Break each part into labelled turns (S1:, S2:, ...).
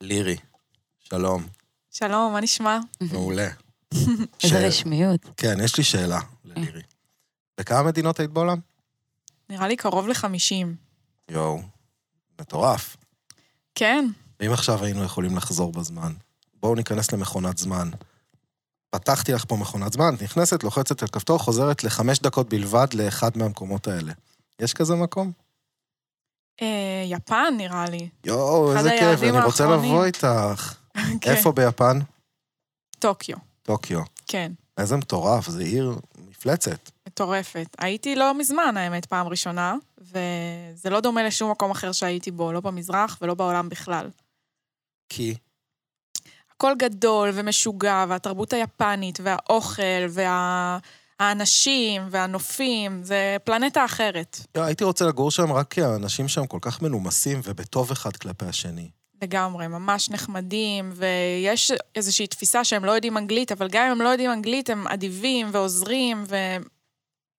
S1: לירי, שלום,
S2: שלום, מה נשמע?
S1: מעולה.
S3: איזה
S1: ש-
S3: רשמיות.
S1: כן, יש לי שאלה ללירי. בכמה מדינות היית בעולם?
S2: נראה לי קרוב ל-50.
S1: יואו, מטורף.
S2: כן,
S1: ואם עכשיו היינו יכולים לחזור בזמן? בואו ניכנס למכונת זמן. פתחתי לך פה מכונת זמן, את נכנסת, לוחצת על כפתור, חוזרת לחמש דקות בלבד לאחד מהמקומות האלה. יש כזה מקום?
S2: אה, יפן נראה לי.
S1: יואו,
S2: אחד
S1: איזה כיף,
S2: היעדים
S1: אני רוצה
S2: האחרונים.
S1: לבוא איתך.
S2: כן.
S1: איפה ביפן?
S2: טוקיו,
S1: טוקיו.
S2: כן,
S1: איזה מטורף, זו עיר מפלצת.
S2: מטורפת. הייתי לא מזמן, האמת, פעם ראשונה, וזה לא דומה לשום מקום אחר שהייתי בו, לא במזרח ולא בעולם בכלל.
S1: כי?
S2: הכל גדול ומשוגע, והתרבות היפנית, והאוכל, וה... האנשים והנופים, זה פלנטה אחרת
S1: יואו, לא, הייתי רוצה לגור שם רק כי האנשים שם כל כך מנומסים ובטוב אחד כלפי השני.
S2: לגמרי, ממש נחמדים, ויש איזושהי תפיסה שהם לא יודעים אנגלית, אבל גם אם הם לא יודעים אנגלית, הם אדיבים ועוזרים,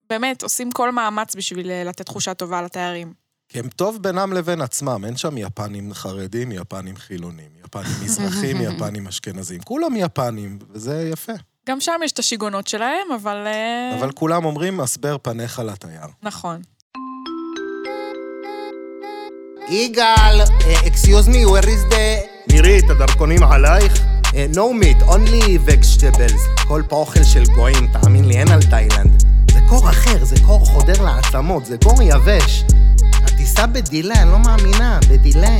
S2: ובאמת עושים כל מאמץ בשביל אה, לתת תחושה טובה לתיירים.
S1: כי הם טוב בינם לבין עצמם, אין שם יפנים חרדים, יפנים חילונים, יפנים מזרחים, יפנים אשכנזים. כולם יפנים, וזה יפה.
S2: גם שם יש את השיגעונות שלהם, אבל... אה,
S1: אבל כולם אומרים, הסבר פניך לתייר.
S2: נכון.
S4: יגאל, uh, excuse me, where is the...
S5: מירי, את הדרכונים עלייך?
S4: Uh, no meat, only vegetables. כל פה אוכל של גויים, תאמין לי, אין על תאילנד. זה קור אחר, זה קור חודר לעצמות, זה קור יבש. הטיסה בדיליי, אני לא מאמינה, בדיליי.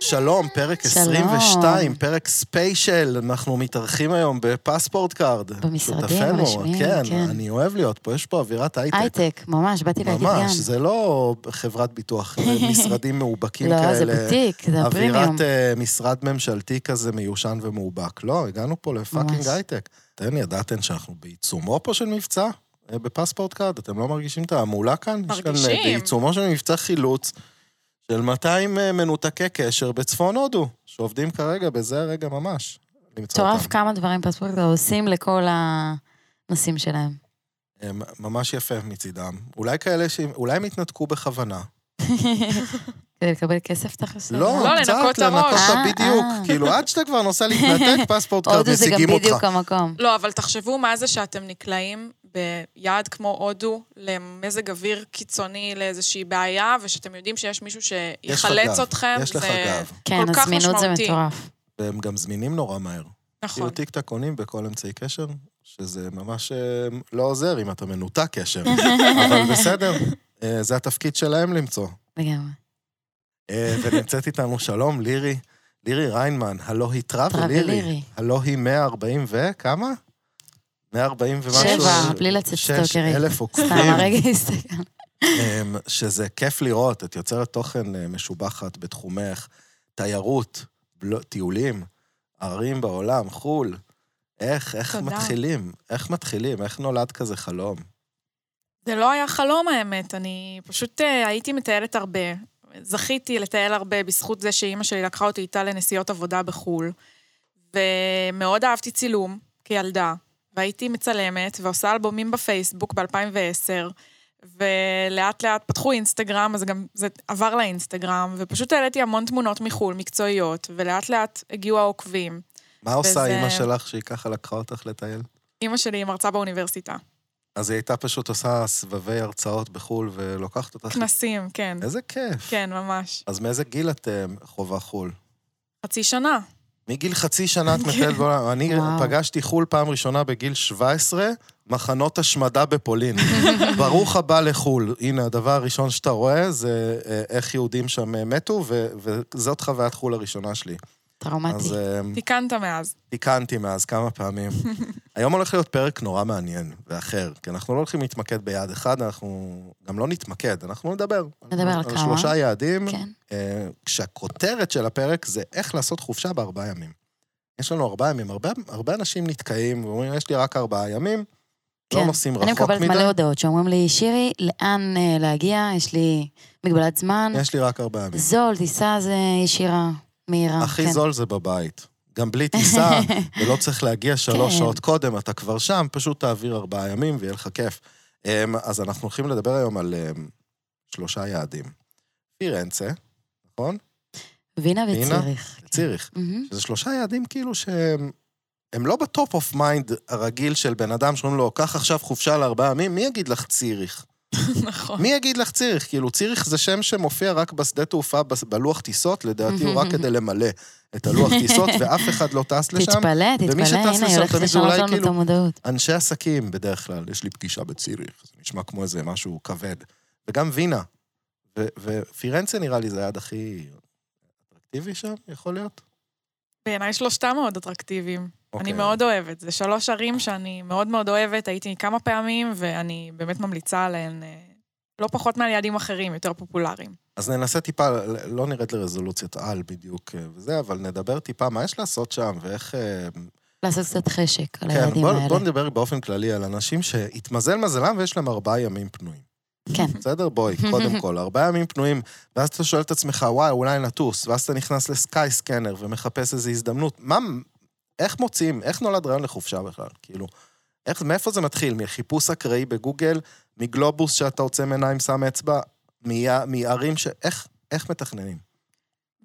S1: שלום, פרק
S3: שלום.
S1: 22, פרק ספיישל, אנחנו מתארחים היום בפספורט קארד.
S3: במשרדים
S1: שותפנו,
S3: הרשמיים,
S1: כן,
S3: כן.
S1: אני אוהב להיות פה, יש פה אווירת הייטק.
S3: הייטק, ממש, באתי להגיד גם.
S1: ממש, זה לא חברת ביטוח, משרדים מאובקים כאלה.
S3: לא, זה בוטיק, זה הפרימיום.
S1: אווירת אה, משרד ממשלתי כזה מיושן ומאובק. לא, הגענו פה לפאקינג
S3: ממש.
S1: הייטק. אתן ידעתם שאנחנו בעיצומו פה של מבצע? אה, בפספורט קארד, אתם לא מרגישים את ההמולה כאן? יש כאן, אה,
S2: מרגישים.
S1: בעיצומו של מבצע חילוץ של 200 אה, מנותקי קשר בצפון הודו, שעובדים כרגע, בזה הרגע ממש. למצוא
S3: מטורף
S1: אותם.
S3: כמה דברים פספורט עושים לכל הנושאים שלהם.
S1: אה, מ- ממש יפה מצידם. אולי כאלה ש... אולי הם התנתקו בכוונה.
S3: כדי לקבל כסף אתה חושב?
S1: לא,
S2: לא,
S1: קצת
S2: לנקות את
S1: לנקות
S2: הראש.
S1: אותה
S3: אה,
S1: בדיוק.
S3: אה.
S1: כאילו, עד שאתה כבר נוסע להתנתק, פספורט קארד
S3: הודו זה גם
S1: משיגים
S3: בדיוק
S1: אותך.
S3: המקום.
S2: לא, אבל תחשבו מה זה שאתם נקלעים ביעד כמו הודו למזג אוויר קיצוני לאיזושהי בעיה, ושאתם יודעים שיש מישהו
S1: יש לך
S2: שיחלץ
S1: גב,
S2: אתכם.
S1: יש לך
S2: זה
S1: גב.
S3: כן,
S2: כל כך
S3: הזמינות זה
S2: משמעותי.
S3: מטורף.
S1: והם גם זמינים נורא מהר.
S2: נכון.
S1: כאילו טיקטקונים בכל אמצעי קשר, שזה ממש אה, לא עוזר אם אתה מנותק קשר. אבל בסדר, אה, זה התפקיד שלהם למצוא.
S3: לגמרי.
S1: אה, ונמצאת איתנו שלום, לירי. לירי ריינמן, הלא היא טראבלירי.
S3: טראבלירי.
S1: הלא היא 140 וכמה? 140 ומשהו.
S3: שבע, בלי לצאת
S1: שש
S3: סטוקרית.
S1: אלף עוקבים.
S3: סתם, הרגע הסתכלנו.
S1: אמ, שזה כיף לראות, את יוצרת תוכן אה, משובחת בתחומך, תיירות, בלו- טיולים, ערים בעולם, חו"ל. איך, איך
S2: תודה.
S1: מתחילים? איך מתחילים? איך נולד כזה חלום?
S2: זה לא היה חלום האמת, אני פשוט אה, הייתי מטיילת הרבה. זכיתי לטייל הרבה בזכות זה שאימא שלי לקחה אותי איתה לנסיעות עבודה בחו"ל. ומאוד אהבתי צילום כילדה, והייתי מצלמת ועושה אלבומים בפייסבוק ב-2010, ולאט לאט פתחו אינסטגרם, אז גם זה עבר לאינסטגרם, ופשוט העליתי המון תמונות מחו"ל, מקצועיות, ולאט לאט הגיעו העוקבים.
S1: מה עושה
S2: וזה-
S1: אימא שלך שהיא ככה לקחה אותך לטייל?
S2: אימא שלי היא מרצה באוניברסיטה.
S1: אז היא הייתה פשוט עושה סבבי הרצאות בחו"ל ולוקחת אותך...
S2: כנסים, כן.
S1: איזה כיף.
S2: כן, ממש.
S1: אז מאיזה גיל את אה, חווה חו"ל?
S2: חצי שנה.
S1: מגיל חצי שנה את מטיילת בעולם. אני
S3: כן. וואו.
S1: פגשתי חו"ל פעם ראשונה בגיל 17, מחנות השמדה בפולין. ברוך הבא לחו"ל. הנה, הדבר הראשון שאתה רואה זה אה, איך יהודים שם אה, מתו, ו- וזאת חוויית חו"ל הראשונה שלי.
S3: טראומטי.
S1: אז אה,
S2: תיקנת מאז.
S1: תיקנתי מאז כמה פעמים. היום הולך להיות פרק נורא מעניין ואחר, כי אנחנו לא הולכים להתמקד ביעד אחד, אנחנו גם לא נתמקד, אנחנו נדבר.
S3: נדבר על כמה.
S1: שלושה יעדים.
S3: כן.
S1: אה, כשהכותרת של הפרק זה איך לעשות חופשה בארבעה ימים. יש לנו ארבעה ימים, הרבה, הרבה אנשים נתקעים ואומרים, יש לי רק ארבעה ימים, לא
S3: כן.
S1: נוסעים
S3: אני
S1: רחוק
S3: מקבלת
S1: מדי,
S3: מלא הודעות שאומרים לי, שירי, לאן אה, להגיע? יש לי מגבלת זמן.
S1: יש לי רק ארבעה ימים.
S3: זול, טיסה זה ישירה, מהירה.
S1: הכי
S3: כן.
S1: זול זה בבית. גם בלי טיסה, ולא צריך להגיע שלוש
S3: כן.
S1: שעות קודם, אתה כבר שם, פשוט תעביר ארבעה ימים ויהיה לך כיף. אמ, אז אנחנו הולכים לדבר היום על אמ, שלושה יעדים. פירנצה, נכון?
S3: וינה
S1: וינה?
S3: וציריך.
S1: ציריך.
S3: מהמם.
S1: שזה שלושה יעדים כאילו שהם... הם לא בטופ אוף מיינד הרגיל של בן אדם שאומרים לו, קח עכשיו חופשה לארבעה ימים, מי יגיד לך ציריך?
S2: נכון.
S1: מי יגיד לך ציריך? כאילו, ציריך זה שם שמופיע רק בשדה תעופה, בס- בלוח טיסות, לדעתי הוא רק כדי למלא את הלוח טיסות, ואף אחד לא טס לשם.
S3: תתפלא,
S1: ומי
S3: תתפלא,
S1: שטס
S3: הנה,
S1: לשם
S3: היא הולכת
S1: תמיד זה
S3: לשנות
S1: אולי
S3: לנו את
S1: כאילו-
S3: המודעות.
S1: אנשי עסקים בדרך כלל, יש לי פגישה בציריך, זה נשמע כמו איזה משהו כבד. וגם וינה. ו- ופירנצה נראה לי זה היעד הכי אטרקטיבי שם, יכול להיות?
S2: בעיניי שלושתם מאוד אטרקטיביים. אני
S1: אוקיי.
S2: מאוד אוהבת. זה שלוש ערים שאני מאוד מאוד אוהבת, הייתי כמה פעמים, ואני באמת ממליצה עליהן אה, לא פחות מעל יעדים אחרים, יותר פופולריים.
S1: אז ננסה טיפה, לא נרד לרזולוציות על בדיוק אה, וזה, אבל נדבר טיפה מה יש לעשות שם ואיך... אה,
S3: לעשות קצת חשק על
S1: כן,
S3: הילדים
S1: בוא, בוא
S3: האלה.
S1: נדבר באופן כללי על אנשים שהתמזל מזלם ויש להם ארבעה ימים פנויים.
S3: כן.
S1: בסדר? בואי, קודם כל, ארבעה ימים פנויים, ואז אתה שואל את עצמך, וואי, אולי נטוס, ואז אתה נכנס לסקאי סקנר ומחפש איזו הזדמנות. מה, איך מוצאים, איך נולד רעיון לחופשה בכלל? כאילו, איך, מאיפה זה מתחיל? מחיפוש אקראי בגוגל, מגלובוס שאתה עוצם עיניים, שם אצבע, מיה- מערים ש... איך, איך מתכננים?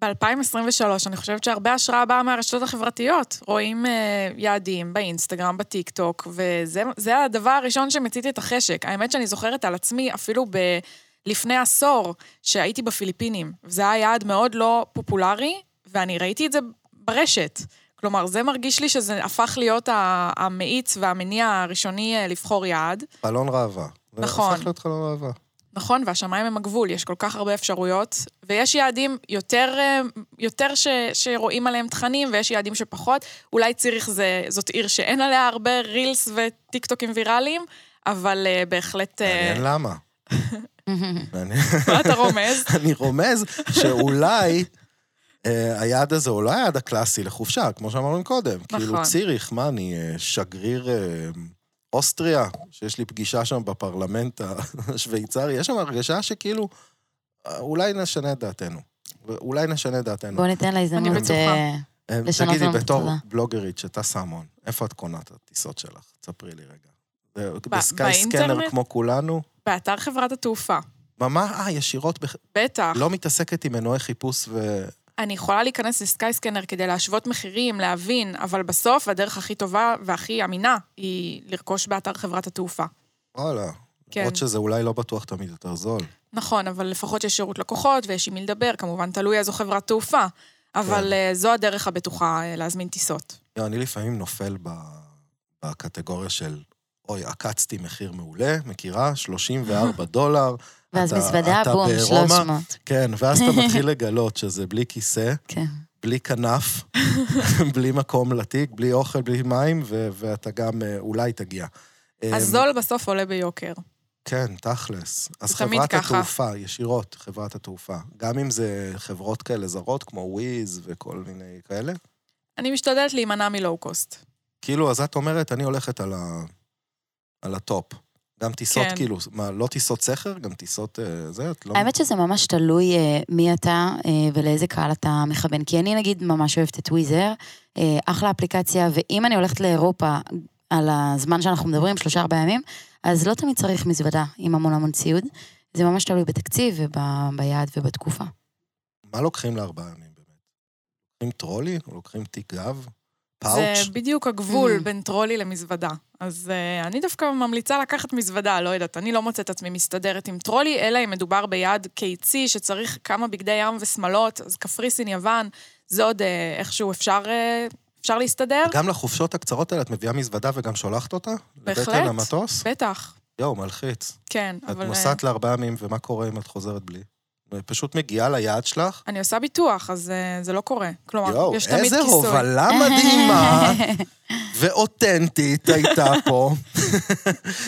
S2: ב-2023, אני חושבת שהרבה השראה באה מהרשתות החברתיות. רואים אה, יעדים באינסטגרם, בטיקטוק, וזה זה הדבר הראשון שמציתי את החשק. האמת שאני זוכרת על עצמי, אפילו ב... לפני עשור, שהייתי בפיליפינים. זה היה יעד מאוד לא פופולרי, ואני ראיתי את זה ברשת. כלומר, זה מרגיש לי שזה הפך להיות ה- המאיץ והמניע הראשוני אה, לבחור יעד.
S1: חלון ראווה. זה
S2: נכון.
S1: הפך להיות חלון ראווה.
S2: נכון, והשמיים הם הגבול, יש כל כך הרבה אפשרויות, ויש יעדים יותר, אה, יותר ש, שרואים עליהם תכנים, ויש יעדים שפחות. אולי ציריך זה, זאת עיר שאין עליה הרבה רילס וטיקטוקים ויראליים, אבל uh, בהחלט... אה,
S1: מעניין למה. מעניין.
S2: מה אתה רומז?
S1: אני רומז שאולי אה, היעד הזה הוא לא היעד הקלאסי לחופשה, כמו שאמרנו קודם.
S2: נכון.
S1: כאילו, ציריך, מה, אני אה, שגריר אה, אוסטריה, שיש לי פגישה שם בפרלמנט השוויצרי, יש שם הרגשה שכאילו, אה, אולי נשנה את דעתנו. אולי נשנה את דעתנו.
S3: בוא ניתן לה
S2: אני
S3: הזדמנות...
S2: בטוחה.
S3: אה,
S1: אה,
S3: לשנות
S1: תגידי,
S3: לנו,
S1: בתור
S3: תודה.
S1: בלוגרית שטסה המון, איפה את קונה את הטיסות שלך? תספרי לי רגע. זה
S2: ב-
S1: בסקאי סקנר
S2: באינטרנט?
S1: כמו כולנו?
S2: באתר חברת התעופה,
S1: ממש, אה, ישירות, בח-
S2: בטח.
S1: לא מתעסקת עם מנועי חיפוש ו...
S2: אני יכולה להיכנס לסקייסקנר כדי להשוות מחירים, להבין, אבל בסוף הדרך הכי טובה והכי אמינה היא לרכוש באתר חברת התעופה.
S1: וואלה. כן.
S2: כן.
S1: למרות שזה אולי לא בטוח תמיד יותר זול.
S2: נכון, אבל לפחות יש שירות לקוחות ויש עם מי לדבר, כמובן תלוי איזו חברת תעופה,
S1: כן.
S2: אבל אה, זו הדרך הבטוחה אה, להזמין טיסות.
S1: יו, לא, אני לפעמים נופל ב... בקטגוריה של, אוי, עקצתי מחיר מעולה, מכירה? 34 דולר.
S3: ואז
S1: אתה-
S3: מזוודה,
S1: אתה
S3: בום,
S1: בעירומה.
S3: 300.
S1: כן, ואז אתה מתחיל לגלות שזה בלי כיסא,
S3: כן.
S1: בלי כנף, בלי מקום לתיק, בלי אוכל, בלי מים, ו- ואתה גם אה, אולי תגיע.
S2: אז
S1: אמ,
S2: זול בסוף עולה ביוקר.
S1: כן, תכלס. אז
S2: זה תמיד
S1: חברת
S2: ככה.
S1: התעופה, ישירות, חברת התעופה. גם אם זה חברות כאלה זרות, כמו וויז וכל מיני כאלה,
S2: אני משתדלת להימנע מלואו-קוסט.
S1: כאילו, אז את אומרת, אני הולכת על, ה... על הטופ. גם טיסות, כן.
S2: כן.
S1: כאילו, מה, לא טיסות סכר, גם טיסות אה, זה, את לא...
S3: האמת שזה ממש תלוי אה, מי אתה אה, ולאיזה קהל אתה מכוון. כי אני נגיד ממש אוהבת את וויזר, אה, אחלה אפליקציה, ואם אני הולכת לאירופה על הזמן שאנחנו מדברים, שלושה ארבעה ימים, אז לא תמיד צריך מזוודה עם המון המון ציוד. זה ממש תלוי בתקציב וביעד ובתקופה.
S1: מה לוקחים לארבעה ימים באמת? לוקחים טרולי? לוקחים תיק גב?
S2: זה
S1: פאוץ'?
S2: בדיוק הגבול
S3: Mm.
S2: בין טרולי למזוודה. אז אה, אני דווקא ממליצה לקחת מזוודה, לא יודעת, אני לא מוצאת עצמי מסתדרת עם טרולי, אלא אם מדובר ביעד קיצי שצריך כמה בגדי ים ושמלות, אז קפריסין, יוון, זה עוד אה, איכשהו אפשר, אה, אפשר להסתדר.
S1: גם לחופשות הקצרות האלה את מביאה מזוודה וגם שולחת אותה? לבטן
S2: בהחלט.
S1: המטוס?
S2: בטח,
S1: יואו, מלחיץ.
S2: כן,
S1: את
S2: אבל... אה,
S1: נוסעת לארבעה ימים, ומה קורה אם את חוזרת בלי? פשוט מגיעה ליעד שלך?
S2: אני עושה ביטוח, אז אה, זה לא קורה. כלומר,
S1: יואו,
S2: יש תמיד
S1: איזה
S2: כיסוי.
S1: הובלה מדהימה ואותנטית הייתה פה.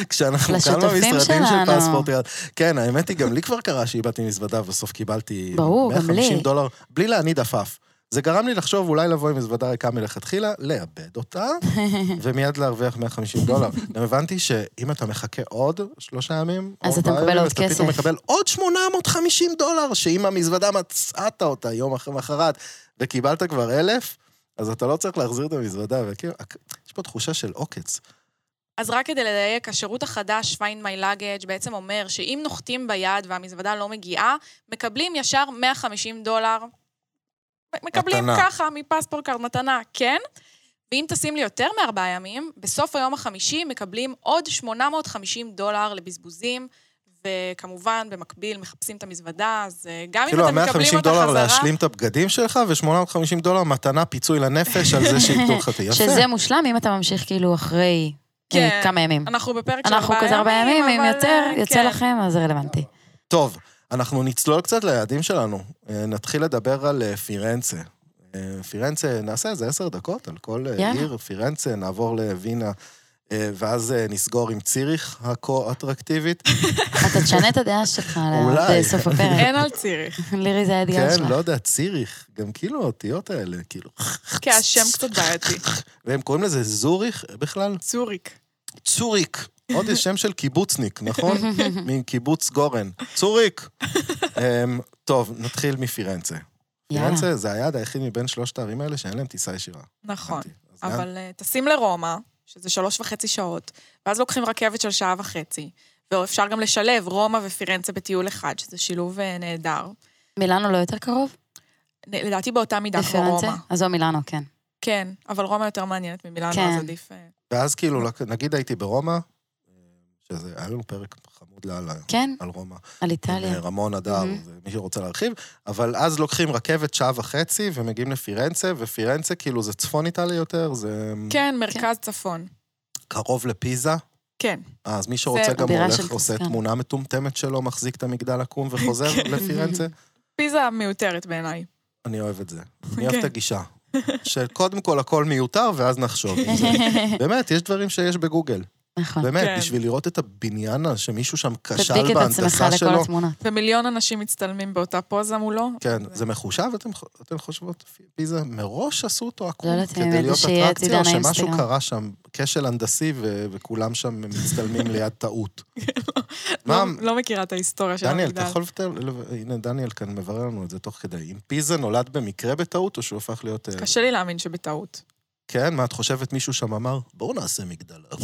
S1: כשאנחנו כאן
S3: לשותפים
S1: במשרדים של
S3: שלנו.
S1: פספורט. יד. כן, האמת היא, גם לי כבר קרה שאיבדתי מזוודה, ובסוף קיבלתי
S3: ברור, גם לי.
S1: 150 דולר, בלי להניד עפעף. זה גרם לי לחשוב אולי לבוא עם מזוודה ריקה מלכתחילה, לאבד אותה, ומיד להרוויח 150 דולר. גם הבנתי שאם אתה מחכה עוד שלושה ימים,
S3: אז
S1: או
S3: אתה
S1: ארבעה ימים, אז
S3: מקבל עוד
S1: אתה פתאום
S3: כסף.
S1: מקבל עוד 850 דולר, שאם המזוודה מצאת אותה יום אחרי מחרת, וקיבלת כבר אלף, אז אתה לא צריך להחזיר את המזוודה, וכאילו, הק- יש פה תחושה של עוקץ.
S2: אז רק כדי לדייק, השירות החדש, Find My Luggage, בעצם אומר שאם נוחתים ביד והמזוודה לא מגיעה, מקבלים ישר 150 דולר מקבלים
S1: מתנה.
S2: ככה מפספורט קארד מתנה, כן? ואם תשים לי יותר מארבעה ימים, בסוף היום החמישי מקבלים עוד 850 דולר לבזבוזים, וכמובן, במקביל מחפשים את המזוודה, אז אה, גם אם
S1: כאילו,
S2: אתם מקבלים
S1: ה-150
S2: אותה
S1: דולר
S2: חזרה...
S1: להשלים את הבגדים שלך, ו-850 דולר מתנה פיצוי לנפש על זה שאיבדו לך. יפה.
S3: שזה מושלם אם אתה ממשיך כאילו אחרי אה,
S2: כן.
S3: כמה ימים.
S2: אנחנו בפרק של
S3: אנחנו כזה ארבעה ימים, אם
S2: אבל,
S3: יותר,
S2: אה,
S3: יוצא
S2: כן.
S3: לכם, אז זה רלוונטי.
S1: טוב, אנחנו נצלול קצת ליעדים שלנו. אה, נתחיל לדבר על אה, פירנצה. אה, פירנצה, נעשה איזה עשר דקות על כל אה,
S3: יאללה.
S1: עיר. פירנצה, נעבור לווינה, אה, ואז אה, נסגור עם ציריך הכה-אטרקטיבית.
S3: אתה תשנה את הדעה שלך על
S1: אולי.
S3: עד סוף הפרק.
S2: אין על ציריך.
S3: לירי זה האתגר
S1: כן,
S3: שלך.
S1: לא יודע, ציריך, גם כאילו האותיות האלה, כאילו...
S2: כי השם קצת בעייתי.
S1: והם קוראים לזה זוריך אה, בכלל?
S2: צוריק.
S1: צוריק. עוד יש שם של קיבוצניק, נכון? מקיבוץ גורן. צוריק. אמ, טוב, נתחיל מפירנצה.
S3: יאללה.
S1: פירנצה זה היעד היחיד מבין שלושת הערים האלה שאין להם טיסה ישירה.
S2: נכון.
S1: הבנתי. אז לאן?
S2: אבל אה, טסים לרומא, שזה שלוש וחצי שעות, ואז לוקחים רכבת של שעה וחצי, ואפשר גם לשלב רומא ופירנצה בטיול אחד, שזה שילוב אה, נהדר.
S3: מילאנו לא יותר קרוב?
S2: נ- לדעתי באותה מידה כמו
S3: לפרנצה?
S2: רומא.
S3: אז זו מילאנו, כן.
S2: כן, אבל רומא יותר מעניינת ממילאנו,
S3: כן.
S2: אז עדיף... אה,
S1: ואז כאילו, לק- נגיד הייתי ברומא, שזה, היה לנו פרק חמוד לאללה
S3: כן,
S1: על רומא.
S3: על
S1: עם
S3: איטליה.
S1: אה, רמון הדר,
S3: Mhm.
S1: זה מי שרוצה להרחיב, אבל אז לוקחים רכבת שעה וחצי ומגיעים לפירנצה, ופירנצה כאילו זה צפון איטליה יותר, זה אמ,
S2: כן, מרכז צפון.
S1: קרוב לפיזה.
S2: כן.
S1: אה, אז מי שרוצה גם
S3: הבירה
S1: הולך,
S3: של
S1: עושה
S3: טוסקנה.
S1: תמונה מטומטמת שלו, מחזיק את המגדל עקום וחוזר
S2: כן.
S1: לפירנצה.
S2: פיזה מיותרת בעיניי.
S1: אני אוהב את זה. אני אוהב את
S2: כן.
S1: הגישה. שקודם כל הכל מיותר, ואז נחשוב. אם זה- באמת, יש דברים שיש בגוגל.
S3: נכון.
S1: באמת,
S2: כן.
S1: בשביל לראות את הבניין הזה, שמישהו שם
S3: תדביק
S1: כשל
S3: את עצמך
S1: בהנדסה
S3: לכל
S1: שלו.
S3: התמונות.
S2: ומיליון אנשים מצטלמים באותה פוזה מולו.
S1: כן, זה מחושב, אתם- אתן חושבות, פיזה, מראש עשו אותו עקום,
S3: לא יודעת,
S1: כדי
S3: האמת
S1: להיות
S3: שהיא
S1: אטרקציה, או
S3: עתידה
S1: שמשהו
S3: לאינסטגרם.
S1: קרה שם, כשל הנדסי, ו- וכולם שם מצטלמים ליד טעות. מה,
S2: כן, לא- לא מכירה את ההיסטוריה של
S1: דניאל, אתה
S2: המגדל.
S1: יכול לבטל, לא, הנה, דניאל כאן מברר לנו את זה תוך כדי. אם פיזה נולד במקרה בטעות, או שהוא הפך להיות... אה,
S2: קשה לי להאמין שבטעות.
S1: כן, מה את חושבת? מישהו שם אמר, בואו נעשה מגדל. אב."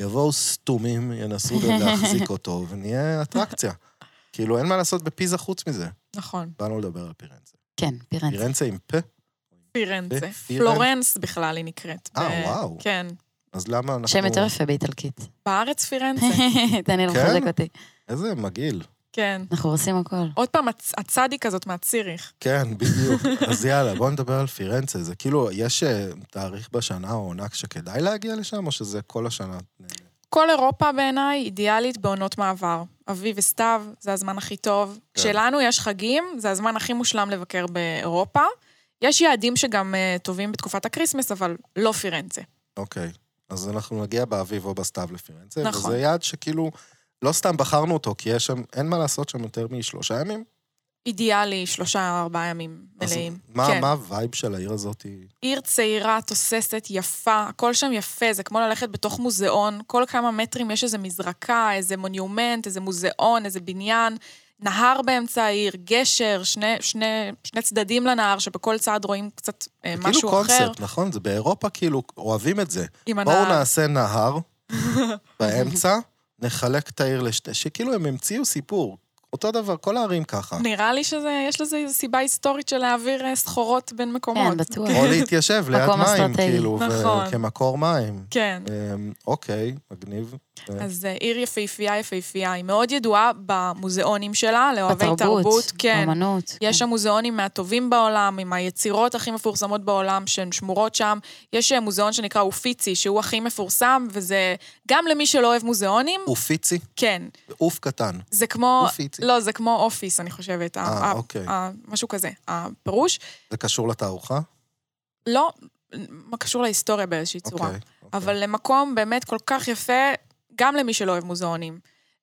S1: יבואו סתומים, ינסו להחזיק אותו, ונהיה אטרקציה. כאילו, אין מה לעשות בפיזה חוץ מזה.
S2: נכון.
S1: באנו לדבר על פירנצה.
S3: כן, פירנצה.
S1: פירנצה עם פה,
S2: פירנצה.
S1: פירנ-
S2: פלורנס בכלל היא נקראת.
S1: אה,
S2: ב-
S1: וואו.
S2: כן.
S1: אז למה אנחנו...
S3: שם יותר יפה באיטלקית.
S2: בארץ פירנצה.
S3: דניאל
S1: כן?
S3: מחזק אותי.
S1: איזה מגעיל.
S2: כן.
S3: אנחנו עושים הכל.
S2: עוד פעם, הצ- הצדיק הזאת מהציריך.
S1: כן, בדיוק. אז יאללה, בואו נדבר על פירנצה. זה כאילו, יש אה, תאריך בשנה או עונה שכדאי להגיע לשם, או שזה כל השנה?
S2: כל אירופה בעיניי אידיאלית בעונות מעבר. אביב וסתיו, זה הזמן הכי טוב.
S1: כן.
S2: כשלנו יש חגים, זה הזמן הכי מושלם לבקר באירופה. יש יעדים שגם אה, טובים בתקופת הקריסמס, אבל לא פירנצה.
S1: אוקיי. אז אנחנו נגיע באביב או בסתיו לפירנצה.
S2: נכון.
S1: וזה יעד שכאילו, לא סתם בחרנו אותו, כי יש שם, אין מה לעשות שם יותר משלושה ימים.
S2: אידיאלי, שלושה, ארבעה ימים
S1: אז
S2: מלאים.
S1: מה,
S2: כן.
S1: מה הווייב של העיר הזאת?
S2: עיר צעירה, תוססת, יפה, הכל שם יפה, זה כמו ללכת בתוך מוזיאון, כל כמה מטרים יש איזה מזרקה, איזה מוניומנט, איזה מוזיאון, איזה בניין, נהר באמצע העיר, גשר, שני, שני, שני צדדים לנהר, שבכל צד רואים קצת אה,
S1: זה
S2: משהו
S1: כאילו
S2: אחר.
S1: קונספט, נכון? זה באירופה, כאילו, אוהבים את זה.
S2: עם
S1: בואו
S2: הנהר.
S1: נעשה נהר באמצע, נחלק את העיר לשתי... שכאילו הם המציאו סיפור. אותו דבר, כל הערים ככה.
S2: נראה לי שיש לזה איזו סיבה היסטורית של להעביר אה, סחורות בין מקומות.
S3: כן, בטוח.
S1: או להתיישב ליד
S3: מקום
S1: מים,
S3: אסטרטגי.
S1: כאילו,
S2: נכון.
S1: ו- כמקור מים.
S2: כן.
S1: אמ, אוקיי, מגניב.
S2: אז אה, עיר יפהפייה, יפהפייה. היא מאוד ידועה במוזיאונים שלה, לאוהבי
S3: בתרבות,
S2: תרבות. כן.
S3: אומנות.
S2: יש שם מוזיאונים מהטובים בעולם, עם היצירות הכי מפורסמות בעולם, שהן שמורות שם. יש אה, מוזיאון שנקרא אופיצי, שהוא הכי מפורסם, וזה גם למי שלא אוהב מוזיאונים,
S1: אופיצי,
S2: כן.
S1: עוף קטן.
S2: זה כמו...
S1: אופיצי.
S2: לא, זה כמו אופיס, אני חושבת. ה-
S1: אה,
S2: ה-
S1: אוקיי.
S2: ה- משהו כזה, הפירוש.
S1: זה קשור לתערוכה?
S2: לא, מה קשור להיסטוריה באיזושהי צורה.
S1: אוקיי. אוקיי.
S2: אבל מקום באמת כל כך יפה, גם למי שלא אוהב מוזיאונים.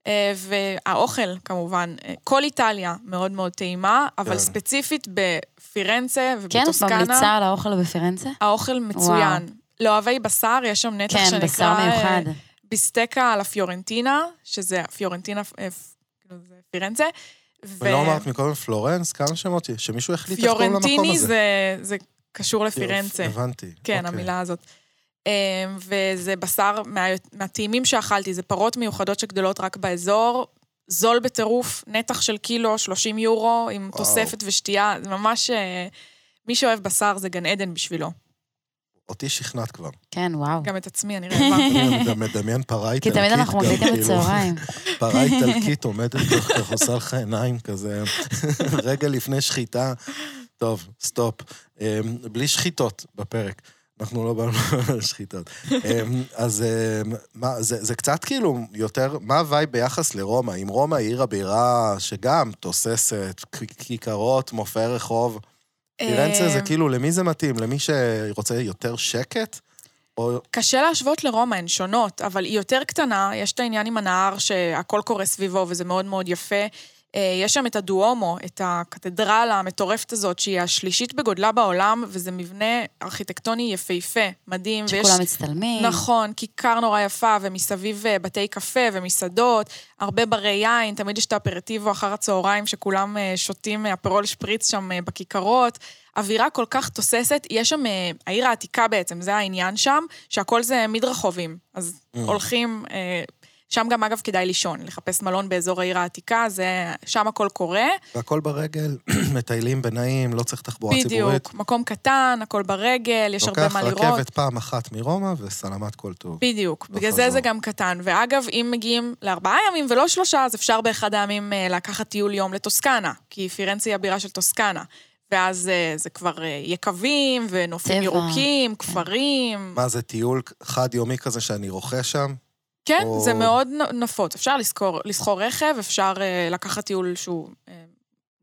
S2: אה, והאוכל, כמובן, אה, כל איטליה מאוד מאוד טעימה,
S1: כן.
S2: אבל ספציפית בפירנצה
S3: כן, את
S2: ובטוסקנה,
S3: ממליצה על האוכל בפירנצה?
S2: האוכל מצוין. לאוהבי בשר, יש שם נתח
S3: כן,
S2: שנקרא...
S3: בשר מיוחד.
S2: אה, ביסטקה על הפיורנטינה, שזה הפיורנטינה, אה, פ- כאילו זה פירנצה. ו-
S1: ולא לא אמרת מקודם פלורנס? כמה שמות יש? שמישהו החליט איך קוראים למקום
S2: פיורנטיני
S1: הזה.
S2: זה- זה קשור לפירנצה.
S1: הבנתי.
S2: כן,
S1: אוקיי.
S2: המילה הזאת. אמ, וזה בשר מה- מהטעימים שאכלתי, זה פרות מיוחדות שגדלות רק באזור. זול בטירוף, נתח של קילו, 30 יורו, עם
S1: וואו.
S2: תוספת ושתייה, זה ממש... אה, מי שאוהב בשר זה גן עדן בשבילו.
S1: אותי שכנעת כבר.
S3: כן, וואו.
S2: גם את עצמי, אני רעבה.
S1: כן, אני גם מדמיין פרה
S3: כי
S1: איטלקית.
S3: תמיד אנחנו
S1: גם,
S3: מקליטים
S1: כאילו,
S3: בצהריים.
S1: פרה איטלקית עומדת לך ככה, עושה לך עיניים כזה, רגע לפני שחיטה. טוב, סטופ. אמ, בלי שחיטות בפרק. אנחנו לא באנו על שחיטות. אמ, אז אמ, מה, זה, זה קצת כאילו יותר, מה הווייב ביחס לרומא? אם רומא היא עיר הבירה שגם תוססת, כ- כיכרות, מופעי רחוב, פירנצה זה
S2: אה,
S1: כאילו, למי זה מתאים? למי שרוצה יותר שקט? או
S2: קשה להשוות לרומא, הן שונות, אבל היא יותר קטנה, יש את העניין עם הנהר שהכל קורה סביבו וזה מאוד מאוד יפה. אה, יש שם את הדואומו, את הקתדרלה המטורפת הזאת, שהיא השלישית בגודלה בעולם, וזה מבנה ארכיטקטוני יפהפה, מדהים. ויש-
S3: שכולם
S1: כן.
S3: מצטלמים.
S2: נכון, כיכר נורא יפה, ומסביב אה, בתי קפה ומסעדות, הרבה ברי יין, תמיד יש את האפרטיבו אחר הצהריים, שכולם אה, שותים אה, אפרול שפריץ שם אה, בכיכרות. אווירה כל כך תוססת, יש שם, אה, העיר העתיקה בעצם, זה העניין שם, שהכל זה מדרחובים. אז
S1: Mm.
S2: הולכים, אה, שם גם אגב כדאי לישון, לחפש מלון באזור העיר העתיקה, זה, שם הכל קורה.
S1: והכל ברגל, מטיילים בנעים, לא צריך תחבורה ציבורית.
S2: בדיוק, מקום קטן, הכל ברגל, יש הרבה מה לראות.
S1: לוקח רכבת פעם אחת מרומא וסלמת כל טוב.
S2: בדיוק, בגלל זה
S1: חזור.
S2: זה גם קטן. ואגב, אם מגיעים לארבעה ימים ולא שלושה, אז אפשר באחד הימים אה, לקחת טיול יום לטוסקנה, כי פירנצה היא הבירה של טוסקנה. ואז אה, זה כבר אה, יקבים, ונופים
S3: טבע.
S2: ירוקים, כפרים.
S1: מה זה, טיול חד-יומי כזה שאני רוכש שם?
S2: כן,
S1: או-
S2: זה מאוד נ- נפוץ. אפשר לשכור- לשכור רכב, אפשר אה, לקחת טיול שהוא אה,